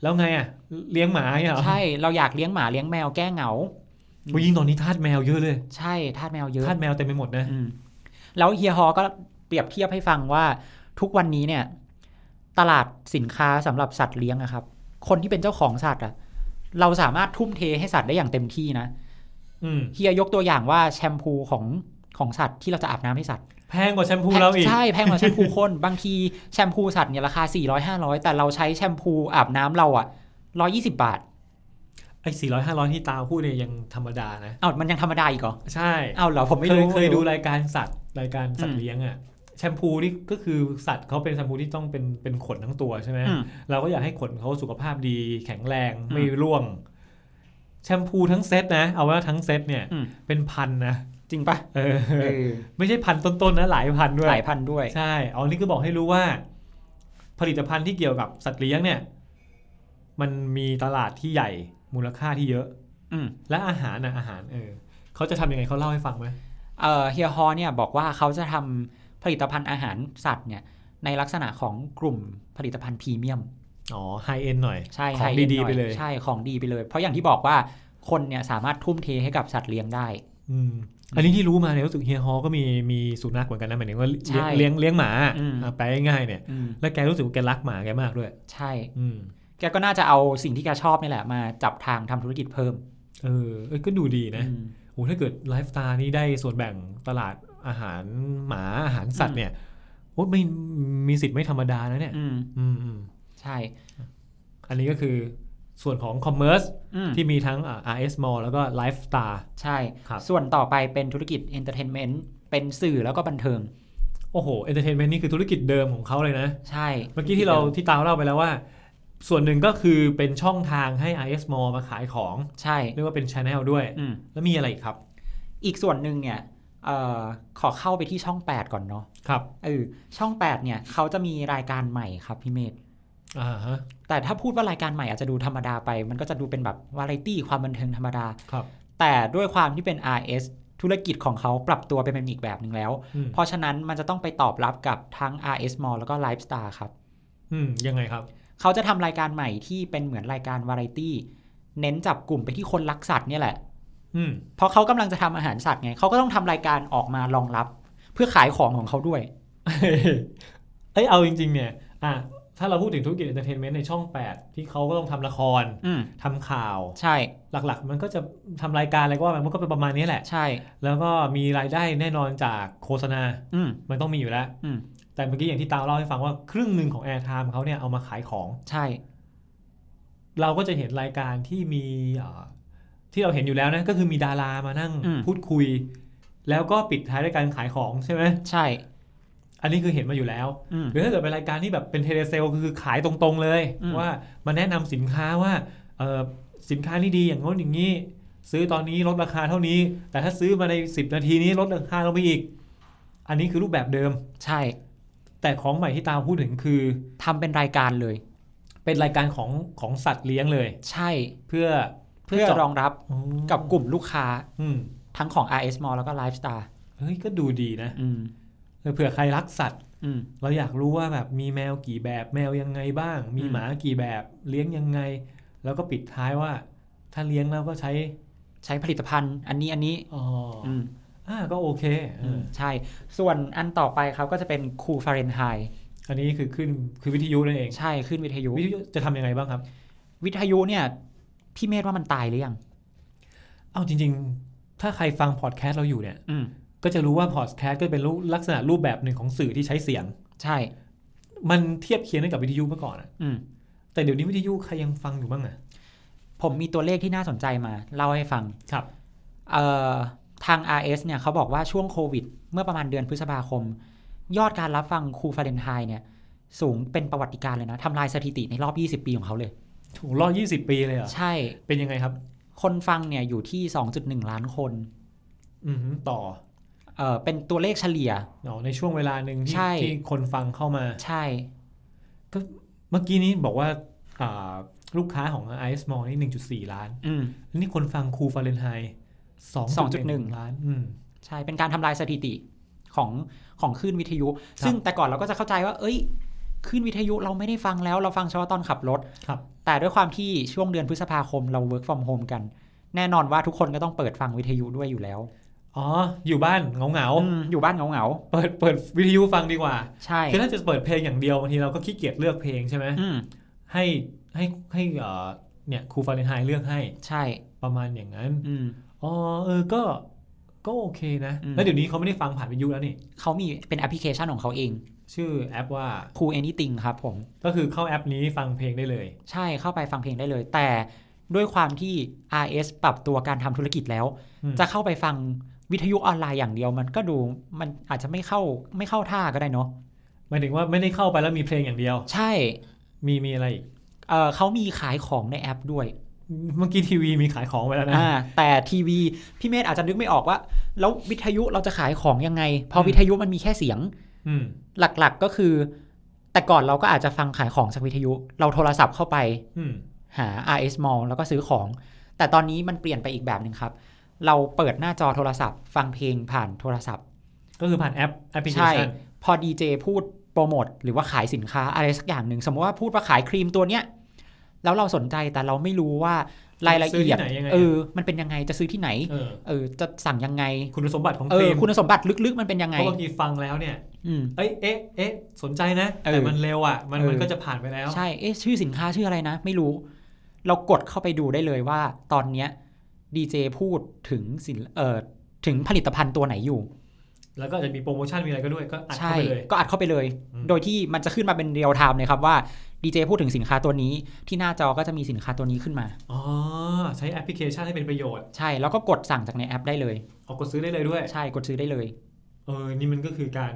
[SPEAKER 3] แล้วไงอ่ะ เลี้ยงหมาเนี่ยเหรอ
[SPEAKER 2] ใช่เราอยากเลี้ยงหมาเลี้ยงแมวแก้เหงา
[SPEAKER 3] โอ้ยยิ่งตอนนี้ทาสแมวเยอะเลย
[SPEAKER 2] ใช่ทาสแมวเยอะ
[SPEAKER 3] ทาสแมวเต็มไปหมดนะ
[SPEAKER 2] อืมแล้วเฮียฮอก็เปรียบเทียบให้ฟังว่าทุกวันนี้เนี่ย ตลาดสินค้าสำหรับสัตว์เลี้ยงอะครับ คนที่เป็นเจ้าของสัตว์อะเราสามารถทุ่มเทให้สัตว์ได้อย่างเต็มที่นะ
[SPEAKER 3] อืม
[SPEAKER 2] เฮียยกตัวอย่างว่าแชมพูของของสัตว์ที่เราจะอาบน้ำให้สัตว์
[SPEAKER 3] แพงกว่าแชมพูเราอีก
[SPEAKER 2] ใช่แพงกว่าแชมพูคนบางทีแชมพูสัตว์เนี่ยราคา 400 500 แต่เราใช้แชมพูอาบน้ำเราอะ120 บาท
[SPEAKER 3] ไอ้สี่ร้อยห้าร้อยที่ตาพูดเนี่ยยังธรรมดานะ
[SPEAKER 2] เอ้ามันยังธรรมดาอีกเหรอ
[SPEAKER 3] ใช่
[SPEAKER 2] เอ้าเหรอผมไม่
[SPEAKER 3] เคย
[SPEAKER 2] รู้
[SPEAKER 3] เคยดูรายการสัตว์รายการสัต
[SPEAKER 2] อืม
[SPEAKER 3] ว์เลี้ยงอ่ะแชมพูนี่ก็คือสัตว์เขาเป็นแชมพูที่ต้องเป็นเป็นขนทั้งตัวใช่ไหม
[SPEAKER 2] อืม
[SPEAKER 3] เราก็อยากให้ขนเขาสุขภาพดีแข็งแรง
[SPEAKER 2] อืม
[SPEAKER 3] ไม่ร่วง แชมพูทั้งเซตนะ เอาไว้ว่าทั้งเซตเนี่ย
[SPEAKER 2] อืม
[SPEAKER 3] เป็นพันนะ
[SPEAKER 2] จริงปะ
[SPEAKER 3] เออ
[SPEAKER 2] เออ
[SPEAKER 3] ไม่ใช่พันต้นๆนะหลายพันด้วย
[SPEAKER 2] หลายพันด้วย
[SPEAKER 3] ใช่เอานี่ก็บอกให้รู้ว่า ผลิตภัณฑ์ที่เกี่ยวกับสัตว์เลี้ยงเนี่ย มันมีตลาดที่ใหญ่มูลค่าที่เยอะ
[SPEAKER 2] อืม
[SPEAKER 3] และอาหารนะอาหารเออเขาจะทำยังไงเขาเล่าให้ฟังไหม
[SPEAKER 2] เอ่อเฮียฮอเนี่ยบอกว่าเขาจะทำผลิตภัณฑ์อาหารสัตว์เนี่ยในลักษณะของกลุ่มผลิตภัณฑ์พรีเมียม
[SPEAKER 3] อ๋อไฮเอ็นหน่อย
[SPEAKER 2] ใช่
[SPEAKER 3] ของ
[SPEAKER 2] high end
[SPEAKER 3] ดี
[SPEAKER 2] หน่
[SPEAKER 3] ๆ
[SPEAKER 2] อ
[SPEAKER 3] ไปเลย
[SPEAKER 2] ใช่ของดีไปเลย เพราะอย่างที่บอกว่าคนเนี่ยสามารถทุ่มเทให้กับสัตว์เลี้ยงได้
[SPEAKER 3] อืมอันนี้ที่รู้มาเนี่ยรู้สึกเฮียฮอก็มีมีสุนัขเหมือนกันนะหมายถึงว่าเลี้ยง
[SPEAKER 2] ใช่
[SPEAKER 3] เลี้ยงเลี้ยงหมา
[SPEAKER 2] อืม
[SPEAKER 3] อ่ะไปง่ายๆเนี่ย
[SPEAKER 2] อืม
[SPEAKER 3] แล้วแกรู้สึกว่าแกรักหมาแกมากด้วย
[SPEAKER 2] ใช่
[SPEAKER 3] อืม
[SPEAKER 2] แกก็น่าจะเอาสิ่งที่แกชอบนี่แหละมาจับทางทำธุรกิจเพิ่ม
[SPEAKER 3] เออเอ้ยก็ดูดีนะ
[SPEAKER 2] อืม
[SPEAKER 3] โอ้ถ้าเกิดไลฟ์สไตล์นี้ได้ส่วนแบ่งตลาดอาหารหมาอาหารสัต
[SPEAKER 2] อื
[SPEAKER 3] ว์
[SPEAKER 2] ม
[SPEAKER 3] เนี่ย โอ้ไม่มีสิทธิ์ไม่ธรรมดานะเนี่ย
[SPEAKER 2] อืม
[SPEAKER 3] อืมอืม
[SPEAKER 2] ใช่
[SPEAKER 3] อันนี้ก็คือส่วนของคอมเมอร์ส
[SPEAKER 2] อืม
[SPEAKER 3] ที่มีทั้งอ่า RS Mall แล้วก็ไลฟ์สไตล์
[SPEAKER 2] ใช่
[SPEAKER 3] ครับ
[SPEAKER 2] ส่วนต่อไปเป็นธุรกิจเอนเตอร์เทนเมนต์เป็นสื่อแล้วก็บันเทิง
[SPEAKER 3] โอ้โหเอนเตอร์เทนเมนต์นี่คือธุรกิจเดิมของเขาเลยนะ
[SPEAKER 2] ใช่
[SPEAKER 3] เมื่อกี้ที่เราที่ตาวเล่าไปแล้วว่า ส่วนหนึ่งก็คือเป็นช่องทางให้ RS Mall มาขายของ
[SPEAKER 2] ใช่
[SPEAKER 3] เรียกว่าเป็นช n e l ด้วย
[SPEAKER 2] อืม
[SPEAKER 3] แล้วมีอะไรอีกครับ
[SPEAKER 2] อีกส่วนหนึ่งเนี่ยเอ่อขอเข้าไปที่ช่อง 8 ก่อนเนาะ
[SPEAKER 3] ครับ
[SPEAKER 2] เออช่อง 8 เนี่ยเขาจะมีรายการใหม่ครับพี่เมธ
[SPEAKER 3] อ่าฮะ
[SPEAKER 2] แต่ถ้าพูดว่ารายการใหม่อาจจะดูธรรมดาไป มันก็จะดูเป็นแบบวาไรตี้ความบันเทิงธรรมดา
[SPEAKER 3] ครับ
[SPEAKER 2] แต่ด้วยความที่เป็น RS ธุรกิจของเขาปรับตัวไปเป็นอีกแบบหนึ่งแล้ว
[SPEAKER 3] อืม
[SPEAKER 2] เพราะฉะนั้นมันจะต้องไปตอบรับกับทั้ง RS Mall แล้วก็ Lifestyle ครับ
[SPEAKER 3] อืมยังไงครับ
[SPEAKER 2] เขาจะทำรายการใหม่ที่เป็นเหมือนรายการวาไรตี้เน้นจับกลุ่มไปที่คนรักสัตว์เนี่ยแหละ
[SPEAKER 3] อืม
[SPEAKER 2] เพราะเขากำลังจะทำอาหารสัตว์ไงเขาก็ต้องทำรายการออกมารองรับ เพื่อขายของของเขาด้วย
[SPEAKER 3] เอ้ยเอ้ยเอาจริง ๆ เนี่ย อ่ะ ถ้าเราพูดถึงธุรกิจเอนเตอร์เทนเมนต์ในช่อง 8 ที่เขาก็ต้องทำละคร
[SPEAKER 2] อืม
[SPEAKER 3] ทำข่าว
[SPEAKER 2] ใช่
[SPEAKER 3] หลักๆ มันก็จะทำรายการอะไรก็ว่าไปมันก็เป็นประมาณนี้แหละ
[SPEAKER 2] ใช่
[SPEAKER 3] แล้วก็มีรายได้แน่นอนจากโฆษณา
[SPEAKER 2] อืม
[SPEAKER 3] มันต้องมีอยู่แล้ว
[SPEAKER 2] อืม
[SPEAKER 3] แต่เมื่อกี้อย่างที่ตาวเล่าให้ฟังว่าครึ่งหนึ่งของแอร์ไทม์เขาเนี่ยเอามาขายของ
[SPEAKER 2] ใช่
[SPEAKER 3] เราก็จะเห็นรายการที่มีอ่าที่เราเห็นอยู่แล้วนะ ก็คือมีดารามานั่ง
[SPEAKER 2] อืม
[SPEAKER 3] พูดคุย แล้วก็ปิดท้ายด้วยการขายของใช่ไหม
[SPEAKER 2] ใช่
[SPEAKER 3] อันนี้คือเห็นมาอยู่แล้ว
[SPEAKER 2] อืม
[SPEAKER 3] หรือถ้าเกิดเป็นรายการที่แบบเป็นเทเลเซลคือขายตรงๆเลย
[SPEAKER 2] อืม
[SPEAKER 3] ว่ามาแนะนำสินค้าว่าเอ่อสินค้านี่ดีอย่างโน้นอย่างนี้ ซื้อตอนนี้ลดราคาเท่านี้ แต่ถ้าซื้อมาใน 10 นาทีนี้ลดราคาลงไปอีก อันนี้คือรูปแบบเดิม
[SPEAKER 2] ใช่
[SPEAKER 3] แต่ของใหม่ที่ตามพูดถึงคือ
[SPEAKER 2] ทำเป็นรายการเลย
[SPEAKER 3] เป็นรายการของของสัตว์เลี้ยงเลย
[SPEAKER 2] ใช่
[SPEAKER 3] เพื่อ
[SPEAKER 2] เพื่อรองรับกับกลุ่มลูกค้า
[SPEAKER 3] อืม
[SPEAKER 2] ทั้งของ RS Mall แล้วก็ Lifestyle
[SPEAKER 3] เฮ้ยก็ดูดีนะ
[SPEAKER 2] อืม
[SPEAKER 3] เออเผื่อใครรักสัตว์
[SPEAKER 2] อืม
[SPEAKER 3] เราอยากรู้ว่าแบบมีแมวกี่แบบแมวยังไงบ้าง มี
[SPEAKER 2] อืม
[SPEAKER 3] หมากี่แบบเลี้ยงยังไง แล้วก็ปิดท้ายว่า ถ้าเลี้ยงแล้วก็ใช้
[SPEAKER 2] ใช้ผลิตภัณฑ์อันนี้อันนี้
[SPEAKER 3] อ๋อ
[SPEAKER 2] อืม
[SPEAKER 3] อ่าก็โอเคเอออ
[SPEAKER 2] ใช่ ส่วนอันต่อไปครับก็จะเป็นคูฟาเรนไฮ
[SPEAKER 3] อันนี้คือขึ้นคือวิทยุนั่นเอง
[SPEAKER 2] ใช่ขึ้นวิทยุ
[SPEAKER 3] วิทยุจะทำยังไงบ้างครับ
[SPEAKER 2] วิทยุเนี่ย พี่เมธว่ามันตายหรือยัง
[SPEAKER 3] เอาจริง ๆ ถ้าใครฟังพอดแคสต์เราอยู่เนี่ย
[SPEAKER 2] อืม
[SPEAKER 3] ก็จะรู้ว่าพอดแคสต์ก็เป็นรูปลักษณะรูปแบบหนึ่งของสื่อที่ใช้เสียง
[SPEAKER 2] ใช่
[SPEAKER 3] มันเทียบเคียงได้กับวิทยุเมื่อก่อนอะ
[SPEAKER 2] อืม
[SPEAKER 3] แต่เดี๋ยวนี้วิทยุใครยังฟังอยู่บ้างอะ
[SPEAKER 2] ผมมีตัวเลขที่น่าสนใจมา เล่าให้ฟัง
[SPEAKER 3] ครับ
[SPEAKER 2] เอ่อทาง RS เนี่ยเขาบอกว่าช่วงโควิด เมื่อประมาณเดือนพฤษภาคม ยอดการรับฟังคูฟาเรนไฮเนี่ย สูงเป็นประวัติการณ์เลยนะทำลายสถิติในรอบ 20 ปีของเขาเลย
[SPEAKER 3] ถูกรอยี่สิบปีเลยเหรอ
[SPEAKER 2] ใช่
[SPEAKER 3] เป็นยังไงครับ
[SPEAKER 2] คนฟังเนี่ยอยู่ที่ 2.1 ล้านคน
[SPEAKER 3] อือหือต่อ
[SPEAKER 2] เอ่อเป็นตัวเลขเฉลี่ย
[SPEAKER 3] อ๋อในช่วงเวลาหนึ่งที่
[SPEAKER 2] ใช่
[SPEAKER 3] ที่คนฟังเข้ามา
[SPEAKER 2] ใช่
[SPEAKER 3] เมื่อกี้นี้บอกว่าอ่าลูกค้าของ i s m a l l นี่ 1.4 ล้าน
[SPEAKER 2] อืม
[SPEAKER 3] นี่คนฟังครูฟาเรนไฮ2.1
[SPEAKER 2] 2.1
[SPEAKER 3] ล้าน อืม
[SPEAKER 2] ใช่ เป็นการทำลายสถิติของของคลื่นวิทยุ
[SPEAKER 3] ครับ
[SPEAKER 2] ซึ่งแต่ก่อนเราก็จะเข้าใจว่า เอ้ยคลื่นวิทยุเราไม่ได้ฟังแล้ว เราฟังเฉพาะตอนขับรถ
[SPEAKER 3] ครับ
[SPEAKER 2] แต่ด้วยความที่ช่วงเดือนพฤษภาคมเรา work from home กัน แน่นอนว่าทุกคนก็ต้องเปิดฟังวิทยุด้วยอยู่แล้ว
[SPEAKER 3] อ๋อ อยู่บ้านเหงาๆ
[SPEAKER 2] อืมอยู่บ้านเหงา
[SPEAKER 3] เปิดเปิดวิทยุฟังดีกว่า
[SPEAKER 2] ๆใช่
[SPEAKER 3] คือถ้าจะเปิดเพลงอย่างเดียวบางทีเราก็ขี้เกียจเลือกเพลงใช่ไหม
[SPEAKER 2] อืม
[SPEAKER 3] ให้ให้ให้เอ่อเนี่ยครูฟาเรนไฮน์เลือกให้
[SPEAKER 2] ใช่
[SPEAKER 3] ประมาณอย่างนั้น
[SPEAKER 2] อืม
[SPEAKER 3] อ๋อเออก็ก็โอเคนะ
[SPEAKER 2] อืม
[SPEAKER 3] แล้วเดี๋ยวนี้เขาไม่ได้ฟังผ่านวิทยุแล้วนี่
[SPEAKER 2] เขามีเป็นแอปพลิเคชันของเขาเอง
[SPEAKER 3] ชื่อแอปว่า
[SPEAKER 2] Cool Anything ครับผม
[SPEAKER 3] ก็คือเข้าแอปนี้ฟังเพลงได้เลย
[SPEAKER 2] ใช่เข้าไปฟังเพลงได้เลย แต่ด้วยความที่ RS ปรับตัวการทำธุรกิจแล้ว
[SPEAKER 3] อืม
[SPEAKER 2] จะเข้าไปฟังวิทยุออนไลน์อย่างเดียวมันก็ดูมันอาจจะไม่เข้าไม่เข้าท่าก็ได้เนาะ
[SPEAKER 3] หมายถึงว่าไม่ได้เข้าไปแล้วมีเพลงอย่างเดียว
[SPEAKER 2] ใช่
[SPEAKER 3] มีมีอะไรอีก
[SPEAKER 2] เอ่อเขามีขายของในแอปด้วย
[SPEAKER 3] เมื่อกี้ทีวีมีขายของไปแล้วนะ
[SPEAKER 2] อ่าแต่ทีวีพี่เมธอาจจะนึกไม่ออกว่า แล้ววิทยุเราจะขายของยังไง พออ
[SPEAKER 3] ม
[SPEAKER 2] วิทยุมันมีแค่เสียง
[SPEAKER 3] อืม
[SPEAKER 2] หลักๆก็คือ แต่ก่อนเราก็อาจจะฟังขายของจากวิทยุ เราโทรศัพท์เข้าไป
[SPEAKER 3] อืม
[SPEAKER 2] หา RS Mall แล้วก็ซื้อของ แต่ตอนนี้มันเปลี่ยนไปอีกแบบหนึ่งครับ เราเปิดหน้าจอโทรศัพท์ ฟังเพลงผ่านโทรศัพท์
[SPEAKER 3] ก็คือผ่านแอปแอปพลิเค
[SPEAKER 2] ใช่
[SPEAKER 3] ชัน
[SPEAKER 2] พอดีเจพูดโปรโมทหรือว่าขายสินค้าอะไรสักอย่างหนึ่ง สมมติว่าพูดว่าขายครีมตัวเนี้ย แล้วเราสนใจแต่เราไม่รู้ว่ารายละ
[SPEAKER 3] ซื้อ
[SPEAKER 2] เอียด
[SPEAKER 3] ที่ไหนยังไง
[SPEAKER 2] เออมันเป็นยังไงจะซื้อที่ไหน
[SPEAKER 3] เออ
[SPEAKER 2] เออจะสั่งยังไง
[SPEAKER 3] คุณสมบัติของ
[SPEAKER 2] เอ
[SPEAKER 3] เพล
[SPEAKER 2] อง คุณสมบัติลึกๆมันเป็นยังไง
[SPEAKER 3] เพราะบางทีฟังแล้วเนี่ย
[SPEAKER 2] อืม
[SPEAKER 3] เอ้ยเอ๊ะเอ๊ะสนใจนะ
[SPEAKER 2] เออ
[SPEAKER 3] แต่มันเร็วอ่ะ มัน
[SPEAKER 2] เออ
[SPEAKER 3] มันก็จะผ่านไปแล้ว
[SPEAKER 2] ใช่ เอ๊ะ ชื่อสินค้าชื่ออะไรนะ ไม่รู้ เรากดเข้าไปดูได้เลยว่า ตอนเนี้ยดีเจพูดถึงสินเอ่อถึงผลิตภัณฑ์ตัวไหนอยู่
[SPEAKER 3] แล้วก็อาจจะมีโปรโมชั่นมีอะไรก็ด้วยก็อัด
[SPEAKER 2] ใช่
[SPEAKER 3] เข้าไปเลย
[SPEAKER 2] ก็อัดเข้าไปเลย
[SPEAKER 3] อืม
[SPEAKER 2] โดยที่มันจะขึ้นมาเป็นเรียลไทม์เลยครับว่าดีเจพูดถึงสินค้าตัวนี้ ที่หน้าจอก็จะมีสินค้าตัวนี้ขึ้นมา
[SPEAKER 3] อ๋อ ใช้แอปพลิเคชันให้เป็นประโยชน์
[SPEAKER 2] ใช่ แล้วก็กดสั่งจากในแอปได้เลย
[SPEAKER 3] เอากดซื้อได้เลยด้วย
[SPEAKER 2] ใช่ กดซื้อได้เลย
[SPEAKER 3] เออ นี่มันก็คือการ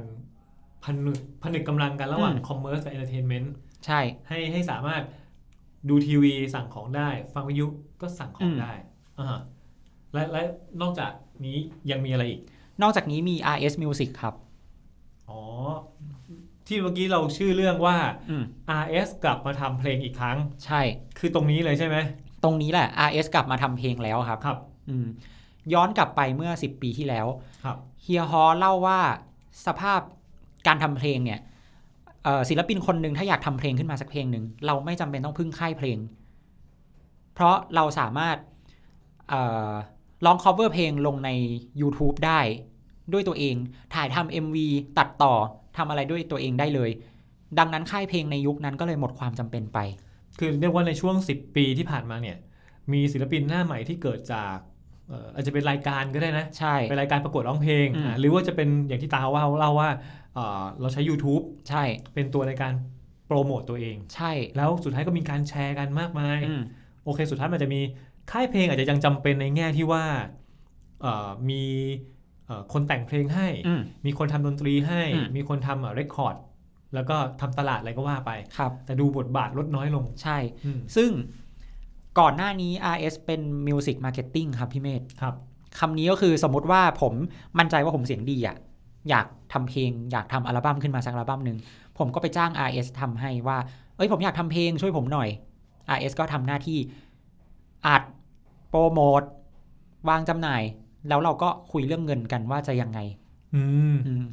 [SPEAKER 3] ผนึกผนึกกำลังกันระหว่าง
[SPEAKER 2] อืม
[SPEAKER 3] คอมเมอร์สกับเอนเตอร์เทนเมนต์
[SPEAKER 2] ใช่
[SPEAKER 3] ให้ให้สามารถดูทีวีสั่งของได้ ฟังวิทยุก็สั่งขอ
[SPEAKER 2] อื
[SPEAKER 3] ง
[SPEAKER 2] ม
[SPEAKER 3] ได้อ่าฮะและและนอกจากนี้ยังมีอะไรอีก
[SPEAKER 2] นอกจากนี้มี RS Music ครับ
[SPEAKER 3] อ๋อ ที่เมื่อกี้เราชื่อเรื่องว่า
[SPEAKER 2] อืม
[SPEAKER 3] RS กลับมาทำเพลงอีกครั้ง
[SPEAKER 2] ใช่
[SPEAKER 3] คือตรงนี้เลยใช่ไหม
[SPEAKER 2] ตรงนี้แหละ RS กลับมาทำเพลงแล้วครับ
[SPEAKER 3] ครับ
[SPEAKER 2] อืม ย้อนกลับไปเมื่อ 10 ปีที่แล้ว
[SPEAKER 3] ครับ
[SPEAKER 2] เฮียฮอเล่าว่าสภาพการทำเพลงเนี่ยเอ่อศิลปินคนหนึ่งถ้าอยากทำเพลงขึ้นมาสักเพลงหนึ่งเราไม่จำเป็นต้องพึ่งค่ายเพลง เพราะเราสามารถเอ่อลอง cover เพลงลงใน YouTube ได้ด้วยตัวเองถ่ายทำ MV ตัดต่อทำอะไรด้วยตัวเองได้เลย ดังนั้นค่ายเพลงในยุคนั้นก็เลยหมดความจำเป็นไป
[SPEAKER 3] คือเรียกว่าในช่วง 10 ปีที่ผ่านมาเนี่ย มีศิลปินหน้าใหม่ที่เกิดจากเอ่ออาจจะเป็นรายการก็ได้นะ
[SPEAKER 2] ใช่
[SPEAKER 3] เป็นรายการประกวดร้องเพลง
[SPEAKER 2] อืม
[SPEAKER 3] อ่ะหรือว่าจะเป็นอย่างที่ตาว่าเล่าว่าเอ่อเราใช้ YouTube
[SPEAKER 2] ใช่
[SPEAKER 3] เป็นตัวในการโปรโมตตัวเอง
[SPEAKER 2] ใช่
[SPEAKER 3] แล้วสุดท้ายก็มีการแชร์กันมากมาย
[SPEAKER 2] อืม
[SPEAKER 3] โอเค สุดท้ายมันจะมีค่ายเพลงอาจจะยังจำเป็นในแง่ที่ว่าเอ่อมีเอ่อคนแต่งเพลงให้
[SPEAKER 2] อืม
[SPEAKER 3] มีคนทำดนตรีให้
[SPEAKER 2] อืม
[SPEAKER 3] มีคนทำเรคคอร์ด แล้วก็ทำตลาดอะไรก็ว่าไป
[SPEAKER 2] ครับ
[SPEAKER 3] แต่ดูบทบาทลดน้อยลง
[SPEAKER 2] ใช่
[SPEAKER 3] อืม
[SPEAKER 2] ซึ่งก่อนหน้านี้ RS เป็น Music Marketing ครับพี่เมธ
[SPEAKER 3] ครับ
[SPEAKER 2] คำนี้ก็คือสมมติว่าผมมั่นใจว่าผมเสียงดีอะอยากทำเพลง อยากทำอัลบั้มขึ้นมาสักอัลบั้มหนึ่งผมก็ไปจ้าง RS ทำให้ว่า เอ้ยผมอยากทำเพลงช่วยผมหน่อย RS ก็ทำหน้าที่อัดโปรโมทวางจำหน่าย แล้วเราก็คุยเรื่องเงินกันว่าจะยังไง
[SPEAKER 3] อืม
[SPEAKER 2] อืม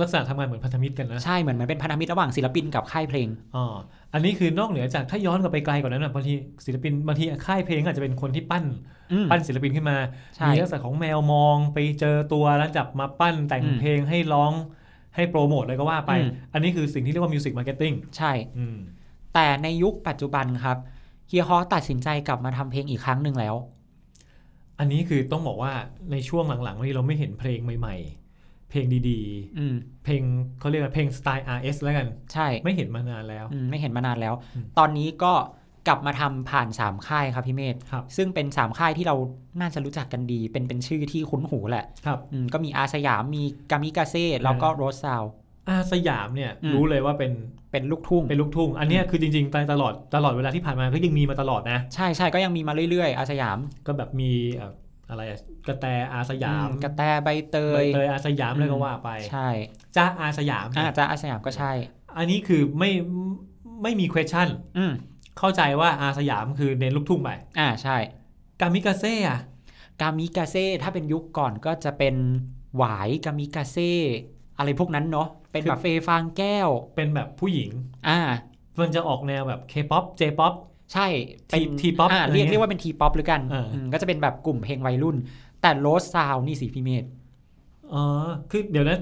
[SPEAKER 3] ลักษณะทำงานเหมือนพันธมิตรกันนะ
[SPEAKER 2] ใช่เหมือนมันเป็นพันธมิตรระหว่างศิลปินกับค่ายเพลง
[SPEAKER 3] อ๋ออันนี้คือนอกเหนือจากถ้าย้อนกลับไปไกลกว่านั้นนะบางทีศิลปินบางทีค่ายเพลงอาจจะเป็นคนที่ปั้น
[SPEAKER 2] อืม
[SPEAKER 3] ปั้นศิลปินขึ้นมา
[SPEAKER 2] ใช่
[SPEAKER 3] มีลักษณะของแมวมองไปเจอตัวแล้วจับมาปั้นแต่ง
[SPEAKER 2] อืม
[SPEAKER 3] เพลงให้ร้องให้โปรโมทเลยก็ว่าไป
[SPEAKER 2] อืม
[SPEAKER 3] อันนี้คือสิ่งที่เรียกว่ามิวสิกมาร์เก็ตติ้ง
[SPEAKER 2] ใช่
[SPEAKER 3] อืม
[SPEAKER 2] แต่ในยุคปัจจุบันครับเฮียฮอตัดสินใจกลับมาทำเพลงอีกครั้งหนึ่งแล้ว
[SPEAKER 3] อันนี้คือต้องบอกว่าในช่วงหลังๆวันนี้เราไม่เห็นเพลงใหม่ๆ เพลงดี
[SPEAKER 2] อืม
[SPEAKER 3] ๆ เพลงเขาเรียกว่าเพลงสไตล์ RS แล้วกัน
[SPEAKER 2] ใช่
[SPEAKER 3] ไม่เห็นมานานแล้ว
[SPEAKER 2] อืมไม่เห็นมานานแล้ว
[SPEAKER 3] อืม
[SPEAKER 2] ตอนนี้ก็กลับมาทำผ่าน 3 ค่ายครับพี่เมธ
[SPEAKER 3] ครับ
[SPEAKER 2] ซึ่งเป็น 3 ค่ายที่เราน่าจะรู้จักกันดี เป็นเป็นชื่อที่คุ้นหูแหละ
[SPEAKER 3] ครับ
[SPEAKER 2] อืมก็มีอาสยาม มีกามิกาเซ่ แล้วก็โรสซาว
[SPEAKER 3] อาสยามเนี่ย
[SPEAKER 2] อืม
[SPEAKER 3] รู้เลยว่าเป็น
[SPEAKER 2] เป็นลูกทุ่ง
[SPEAKER 3] เป็นลูกทุ่ง อันเนี้ยคือจริงๆตตลอดตลอดเวลาที่ผ่านมาก็ยังมีมาตลอดนะ
[SPEAKER 2] ใช่ใช่ก็ยังมีมาเรื่อยๆ อาสยาม
[SPEAKER 3] ก็แบบมีเอ่ออะไรอะกระแตอาสยาม
[SPEAKER 2] อืกระแตใบเต
[SPEAKER 3] ใบ
[SPEAKER 2] ย
[SPEAKER 3] เตยอาสยาม
[SPEAKER 2] อืม
[SPEAKER 3] เลยก็ว่าไป
[SPEAKER 2] ใช่
[SPEAKER 3] จ้าอาสยาม
[SPEAKER 2] อา
[SPEAKER 3] เนี่ย
[SPEAKER 2] จจะอาสยามก็ใช่
[SPEAKER 3] อันนี้คือไม่ไม่มี question
[SPEAKER 2] อืม
[SPEAKER 3] เข้าใจว่าอาสยามคือเน้นลูกทุ่งไป
[SPEAKER 2] อ่าใช่
[SPEAKER 3] กามิกาเซ่อะ
[SPEAKER 2] กามิกาเซ่ถ้าเป็นยุคก่อนก็จะเป็นหวายกามิกาเซ่อะไรพวกนั้นเนาะเป็นแบบเฟย์ฟางแก้ว
[SPEAKER 3] เป็นแบบผู้หญิง
[SPEAKER 2] อ่า
[SPEAKER 3] มันจะออกแนวแบบ K-POP J-POP
[SPEAKER 2] ใช่เป็น
[SPEAKER 3] T-pop
[SPEAKER 2] อ่า
[SPEAKER 3] อะไร
[SPEAKER 2] เรียก
[SPEAKER 3] เงี้ย
[SPEAKER 2] เรียกว่าเป็นทีป๊อปหรือกัน
[SPEAKER 3] เอออื
[SPEAKER 2] มก็จะเป็นแบบกลุ่มเพลงวัยรุ่น แต่โรสซาวนี่สิพี่เมธ
[SPEAKER 3] อ๋อคือเดี๋ยวนะ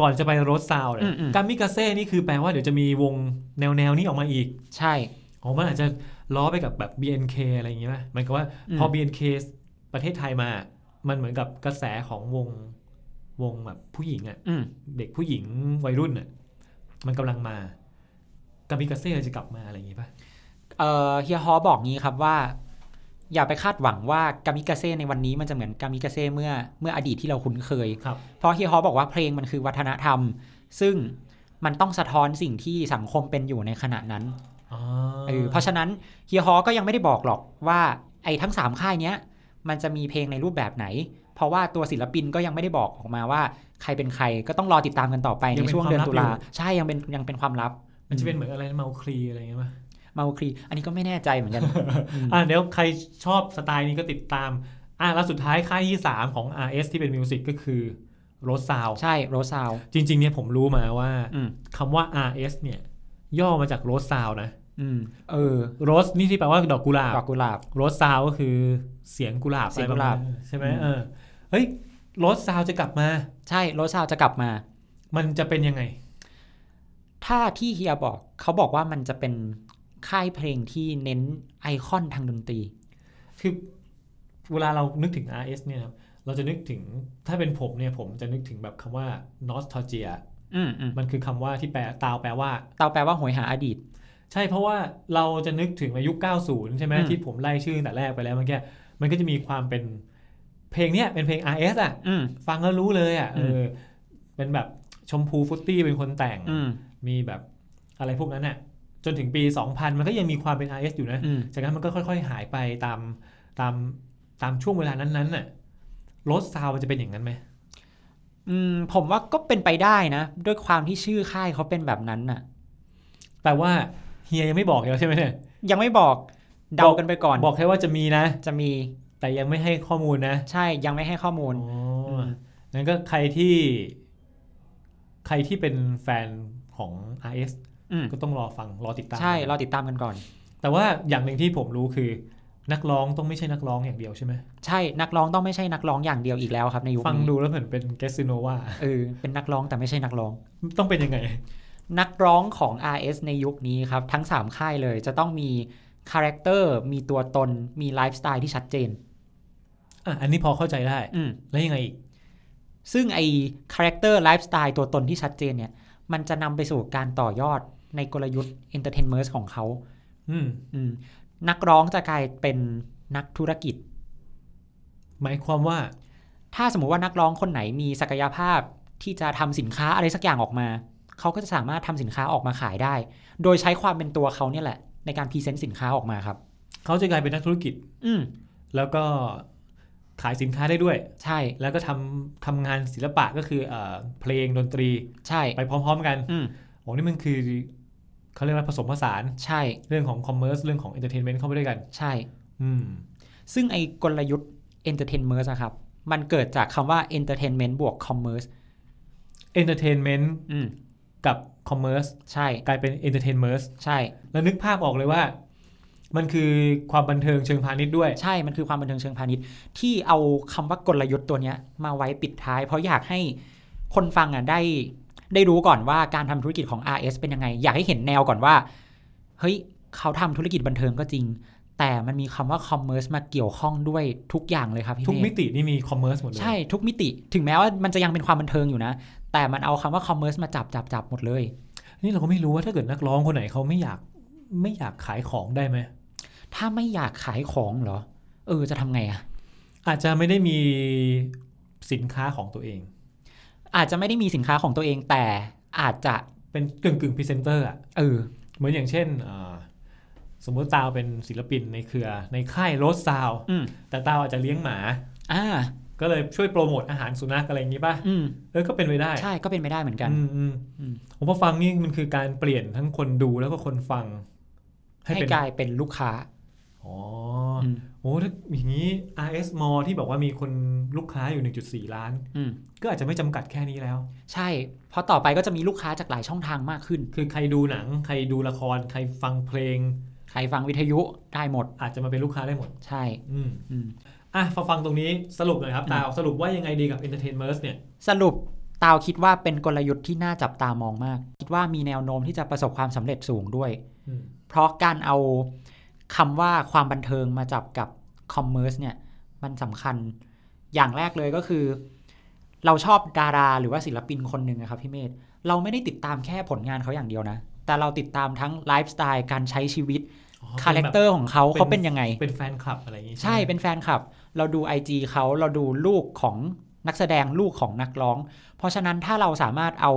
[SPEAKER 3] ก่อนจะไปรถซาวเนี่
[SPEAKER 2] อื
[SPEAKER 3] ย
[SPEAKER 2] มอืม
[SPEAKER 3] กามิกาเซ่นี่คือแปลว่าเดี๋ยวจะมีวงแนวแนวๆนี้ออกมาอีก
[SPEAKER 2] ใช่
[SPEAKER 3] อ๋อมันอาจจะล้อไปกับแบบ BNK อะไรอย่างเงี้ยไหมหมันก็ว่า
[SPEAKER 2] อืม
[SPEAKER 3] พอ BNK ประเทศไทยมา มันเหมือนกับกระแสของวงวงแบบผู้หญิงอะ่ะ
[SPEAKER 2] อืม
[SPEAKER 3] เด็กผู้หญิงวัยรุ่นอะ่ะ มันกำลังมากามิกาเซ่เลยจะกลับมาอะไรอย่างงี้ป่ะ
[SPEAKER 2] เอ่อเฮียฮอบอกงี้ครับว่า อย่าไปคาดหวังว่ากามิกาเซ่ในวันนี้มันจะเหมือนกามิกาเซ่เมื่อเมื่ออดีตที่เราคุ้นเคย
[SPEAKER 3] ครับ
[SPEAKER 2] เพราะเฮียฮอบอกว่าเพลงมันคือวัฒนธรรม ซึ่งมันต้องสะท้อนสิ่งที่สังคมเป็นอยู่ในขณะนั้น
[SPEAKER 3] อ๋อ
[SPEAKER 2] เออเพราะฉะนั้นเฮียฮอก็ยังไม่ได้บอกหรอกว่าไอ้ทั้ง 3 ค่ายเนี้ยมันจะมีเพลงในรูปแบบไหน เพราะว่าตัวศิลปินก็ยังไม่ได้บอกออกมาว่า ใครเป็นใครก็ต้องรอติดตามกันต่อไปในช่วงเดือนตุลาใช่ยังเป็นยังเป็นความลับ
[SPEAKER 3] มันจะเป็นเหมือนอะไรเมาคลีอะไรอย่างเงี้ยป่ะ
[SPEAKER 2] มาครีอันนี้ก็ไม่แน่ใจเหมือนกัน อืม
[SPEAKER 3] อ่ะเดี๋ยวใครชอบสไตล์นี้ก็ติดตาม อ่ะแล้วสุดท้ายค่ายที่ 3 ของ RS ที่เป็นมิวสิกก็คือรถซาว
[SPEAKER 2] ใช่โรซาว
[SPEAKER 3] จริง ๆ เนี่ยผมรู้มาว่า
[SPEAKER 2] อืม
[SPEAKER 3] คำว่า RS เนี่ย ย่อมาจากรถซาวนะ
[SPEAKER 2] อืม
[SPEAKER 3] เออรสนี่ที่แปลว่าดอกกุหลาบ
[SPEAKER 2] ดอกกุหลาบ
[SPEAKER 3] รสซาวก็คือเสียงกุหลาบ
[SPEAKER 2] เสียงกุหลาบ
[SPEAKER 3] อะไรประมณนั้นใช่ไหมเออเฮ้ยรสซาวจะกลับมา
[SPEAKER 2] ใช่โรซาวจะกลับมา
[SPEAKER 3] มันจะเป็นยังไง
[SPEAKER 2] ถ้าที่เฮียบอกเขาบอกว่ามันจะเป็นค่ายเพลงที่เน้นไอคอนทางดนตรี
[SPEAKER 3] คือเวลาเรานึกถึง RS เนี่ยครับเราจะนึกถึงถ้าเป็นผมเนี่ยผมจะนึกถึงแบบคำว่า nostalgia
[SPEAKER 2] อืมอืม
[SPEAKER 3] มันคือคำว่าที่แปลตาวแปลว่า
[SPEAKER 2] เตาแปลว่าโหวยหาอดีต
[SPEAKER 3] ใช่เพราะว่าเราจะนึกถึงในยุค 90 ใช่ไหม
[SPEAKER 2] อืม
[SPEAKER 3] ที่ผมไล่ชื่อตั้งแต่แรกไปแล้วเมื่อกี้มันก็จะมีความเป็นเพลงเนี้ยเป็นเพลง RS อ่ะ
[SPEAKER 2] อืม
[SPEAKER 3] ฟังแล้วรู้เลยอ่ะ
[SPEAKER 2] อื
[SPEAKER 3] เอ
[SPEAKER 2] ม
[SPEAKER 3] อเป็นแบบชมพูฟุตตี้เป็นคนแต่ง
[SPEAKER 2] อืม
[SPEAKER 3] มีแบบอะไรพวกนั้นอ่ะ จนถึงปี 2000 มันก็ยังมีความเป็น RS อยู่นะ
[SPEAKER 2] อืม
[SPEAKER 3] จากนั้นมันก็ค่อยๆ หายไปตามตามตามช่วงเวลานั้นๆน่ะรถซาวมันจะเป็นอย่างนั้นไหม
[SPEAKER 2] อืมผมว่าก็เป็นไปได้นะ ด้วยความที่ชื่อค่ายเขาเป็นแบบนั้นน่ะ
[SPEAKER 3] แปลว่าเฮียยังไม่บอกเราใช่ไหมเนี่ย
[SPEAKER 2] ยังไม่บอกเดากันไปก่อน
[SPEAKER 3] บอกแค่ว่าจะมีนะ
[SPEAKER 2] จะมี
[SPEAKER 3] แต่ยังไม่ให้ข้อมูลนะ
[SPEAKER 2] ใช่ยังไม่ให้ข้อมูล
[SPEAKER 3] อ๋อนั้นก็ใครที่ ใครที่เป็นแฟนของ RS
[SPEAKER 2] อืม
[SPEAKER 3] ก็ต้องรอฟังรอติดตาม
[SPEAKER 2] ใช่ เราติดตามกันก่อน
[SPEAKER 3] แต่ว่าอย่างหนึ่งที่ผมรู้คือนักร้องต้องไม่ใช่นักร้องอย่างเดียวใช่ไหม
[SPEAKER 2] ใช่นักร้องต้องไม่ใช่นักร้องอย่างเดียวอีกแล้วครับในยุค
[SPEAKER 3] ฟัง
[SPEAKER 2] นี้
[SPEAKER 3] ดูแล้วเหมือนเป็นเกสซิโนวา
[SPEAKER 2] เออเป็นนักร้องแต่ไม่ใช่นักร้อง
[SPEAKER 3] ต้องเป็นยังไง
[SPEAKER 2] นักร้องของ RS ในยุคนี้ครับ ทั้ง 3 ค่ายเลยจะต้องมีคาแรคเตอร์มีตัวตนมีไลฟ์สไตล์ที่ชัดเจน
[SPEAKER 3] อ่ะอันนี้พอเข้าใจได้
[SPEAKER 2] อืม
[SPEAKER 3] แล้วยังไงอีก
[SPEAKER 2] ซึ่งไอคาแรคเตอร์ไลฟ์สไตล์ตัวตนที่ชัดเจนเนี่ย มันจะนำไปสู่การต่อยอดในกลยุทธ์ entertainment ของเขา
[SPEAKER 3] อืม
[SPEAKER 2] อืมนักร้องจะกลายเป็นนักธุรกิจ
[SPEAKER 3] หมายความว่า
[SPEAKER 2] ถ้าสมมุติว่านักร้องคนไหนมีศักยภาพที่จะทำสินค้าอะไรสักอย่างออกมา เขาก็จะสามารถทำสินค้าออกมาขายได้ โดยใช้ความเป็นตัวเขาเนี่ยแหละ ในการพรีเซนต์สินค้าออกมาครับ
[SPEAKER 3] เขาจะกลายเป็นนักธุรกิจ
[SPEAKER 2] อืม
[SPEAKER 3] แล้วก็ขายสินค้าได้ด้วย
[SPEAKER 2] ใช่
[SPEAKER 3] แล้วก็ทำทำงานศิลปะก็คือเอ่อเพลงดนตรี
[SPEAKER 2] ใช่
[SPEAKER 3] ไปพร้อมๆกัน
[SPEAKER 2] อืม
[SPEAKER 3] โอ้นี่มันคือเขาเรียกว่าผสมผสาน
[SPEAKER 2] ใช่
[SPEAKER 3] เรื่องของคอมเมอร์ซเรื่องของเอนเตอร์เทนเมนต์เข้าไปด้วยกัน
[SPEAKER 2] ใช่
[SPEAKER 3] อืม
[SPEAKER 2] ซึ่งไอกลยุทธ์ entertainment อะครับมันเกิดจากคำว่า entertainment บวก commerce
[SPEAKER 3] เอนเตอร์เทนเมนต์
[SPEAKER 2] อืม
[SPEAKER 3] กับคอมเมอร์ซ
[SPEAKER 2] ใช่
[SPEAKER 3] กลายเป็นเอนเตอร์เทนเมอร์ซ
[SPEAKER 2] ใช่
[SPEAKER 3] แล้วนึกภาพออกเลยว่า มันคือความบันเทิงเชิงพาณิชย์ด้วย
[SPEAKER 2] ใช่มันคือความบันเทิงเชิงพาณิชย์ที่เอาคำว่ากลยุทธ์ตัวเนี้ยมาไว้ปิดท้าย เพราะอยากให้คนฟังอ่ะได้ ได้รู้ก่อนว่าการทำธุรกิจของ RS เป็นยังไง อยากให้เห็นแนวก่อนว่า เฮ้ยเขาทำธุรกิจบันเทิงก็จริง แต่มันมีคำว่าคอมเมอร์สมาเกี่ยวข้องด้วยทุกอย่างเลยครับพี่
[SPEAKER 3] ทุก
[SPEAKER 2] เม
[SPEAKER 3] มิ
[SPEAKER 2] ฆ
[SPEAKER 3] ตินี่มีคอมเมอร์สหมดเลย
[SPEAKER 2] ใช่ทุกมิติ ถึงแม้ว่ามันจะยังเป็นความบันเทิงอยู่นะ แต่มันเอาคำว่าคอมเมอร์สมาจับจับจับหมดเลย
[SPEAKER 3] นี่เราก็ไม่รู้ว่าถ้าเกิดนักร้องคนไหนเขาไม่อยากไม่อยากขายของได้ไหม
[SPEAKER 2] ถ้าไม่อยากขายของเหรอ เออจะทำไงอะ
[SPEAKER 3] อาจจะไม่ได้มีสินค้าของตัวเอง
[SPEAKER 2] อาจจะไม่ได้มีสินค้าของตัวเองแต่อาจจะ
[SPEAKER 3] เป็นกึ่งกึ่งพรีเซนเตอร์อ่ะ
[SPEAKER 2] เออ
[SPEAKER 3] เหมือนอย่างเช่นอ่าสมมติตาวเป็นศิลปินในเครือในค่ายโรสซาว
[SPEAKER 2] อืม
[SPEAKER 3] แต่ตาวอาจจะเลี้ยงหมา
[SPEAKER 2] อ่า
[SPEAKER 3] ก็เลยช่วยโปรโมทอาหารสุนัขอะไรอย่างนี้ป่ะ
[SPEAKER 2] อืม
[SPEAKER 3] เออ ก็เป็นไปได้
[SPEAKER 2] ใช่ก็เป็นไม่ได้เหมือนกัน
[SPEAKER 3] อืมอืม
[SPEAKER 2] อืม
[SPEAKER 3] ผมพอฟังนี่มันคือการเปลี่ยนทั้งคนดูแล้วก็คนฟัง ให้
[SPEAKER 2] ให้
[SPEAKER 3] เป็น
[SPEAKER 2] กลายเป็นลูกค้า
[SPEAKER 3] อ๋อ
[SPEAKER 2] อืม
[SPEAKER 3] โอ้ถ้าอย่างนี้ RS Mall ที่บอกว่ามีคนลูกค้าอยู่ 1.4 ล้าน
[SPEAKER 2] อืม
[SPEAKER 3] ก็อาจจะไม่จำกัดแค่นี้แล้ว
[SPEAKER 2] ใช่ เพราะต่อไปก็จะมีลูกค้าจากหลายช่องทางมากขึ้น
[SPEAKER 3] คือใครดูหนัง ใครดูละคร ใครฟังเพลง
[SPEAKER 2] ใครฟังวิทยุได้หมด
[SPEAKER 3] อาจจะมาเป็นลูกค้าได้หมด
[SPEAKER 2] ใช่
[SPEAKER 3] อืม
[SPEAKER 2] อืม
[SPEAKER 3] อ่ะฟังฟังตรงนี้สรุปหน่อยครับตาวสรุปว่ายังไงดีกับ Entertainers เนี่ย
[SPEAKER 2] สรุปตาวคิดว่าเป็นกลยุทธ์ที่น่าจับตามองมาก คิดว่ามีแนวโน้มที่จะประสบความสำเร็จสูงด้วย
[SPEAKER 3] อืม
[SPEAKER 2] เพราะการเอาคำว่าความบันเทิงมาจับกับคอมเมอร์สเนี่ยมันสำคัญอย่างแรกเลยก็คือ เราชอบดาราหรือว่าศิลปินคนหนึ่งนะครับพี่เมธเราไม่ได้ติดตามแค่ผลงานเขาอย่างเดียวนะ แต่เราติดตามทั้งไลฟ์สไตล์การใช้ชีวิต
[SPEAKER 3] อ๋อ
[SPEAKER 2] คาแรคเตอร์ของเขา
[SPEAKER 3] แบบ
[SPEAKER 2] เขาเป็นยังไง
[SPEAKER 3] เป็นแฟนคลับอะไรอย่างงี้
[SPEAKER 2] ใช่
[SPEAKER 3] ไหม
[SPEAKER 2] เป็นแฟนคลับ เราดู IG เขาเราดูลูกของนักแสดงลูกของนักร้อง เพราะฉะนั้นถ้าเราสามารถเอา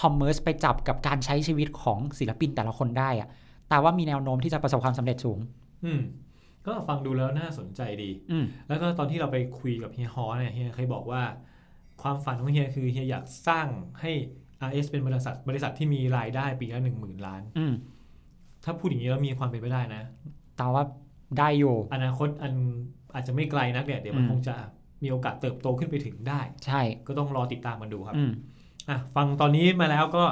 [SPEAKER 2] คอมเมอร์สไปจับกับการใช้ชีวิตของศิลปินแต่ละคนได้อะแต่ว่ามีแนวโน้มที่จะประสบความสำเร็จสูง
[SPEAKER 3] อืมก็ฟังดูแล้วน่าสนใจดี
[SPEAKER 2] อืม
[SPEAKER 3] แล้วก็ตอนที่เราไปคุยกับเฮียฮอเนี่ยเฮียเคยบอกว่า ความฝันของเฮียคือเฮียอยากสร้างให้ RS เป็นบริษัทบริษัทที่มีรายได้ปีละหนึ่งหมื่นล้าน
[SPEAKER 2] อืม
[SPEAKER 3] ถ้าพูดอย่างนี้แล้วมีความเป็นไปได้นะ
[SPEAKER 2] แต่ว่าได้อยู่
[SPEAKER 3] อนาคตอันอาจจะไม่ไกลนักเนี่ยเดี๋ยวมัน
[SPEAKER 2] อืม
[SPEAKER 3] คงจะมีโอกาสเติบโตขึ้นไปถึงได้
[SPEAKER 2] ใช่
[SPEAKER 3] ก็ต้องรอติดตามมันดูครับ
[SPEAKER 2] อืม
[SPEAKER 3] อ่ะฟังตอนนี้มาแล้วก็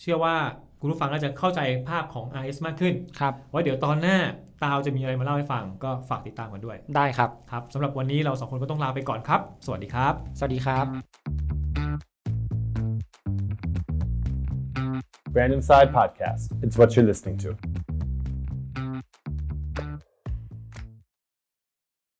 [SPEAKER 3] เชื่อว่าคุณผู้ฟังน่าจะเข้าใจภาพของ RS มากขึ้น
[SPEAKER 2] ครับ
[SPEAKER 3] ไว้เดี๋ยวตอนหน้าตาวจะมีอะไรมาเล่าให้ฟัง ก็ฝากติดตามกันด้วย
[SPEAKER 2] ได้ครับ
[SPEAKER 3] ครับสำหรับวันนี้เราสองคนก็ต้องลาไปก่อนครับ สวัสดีครับ
[SPEAKER 2] สวัสดีครับ
[SPEAKER 1] Random Side Podcast. It's what you're listening to.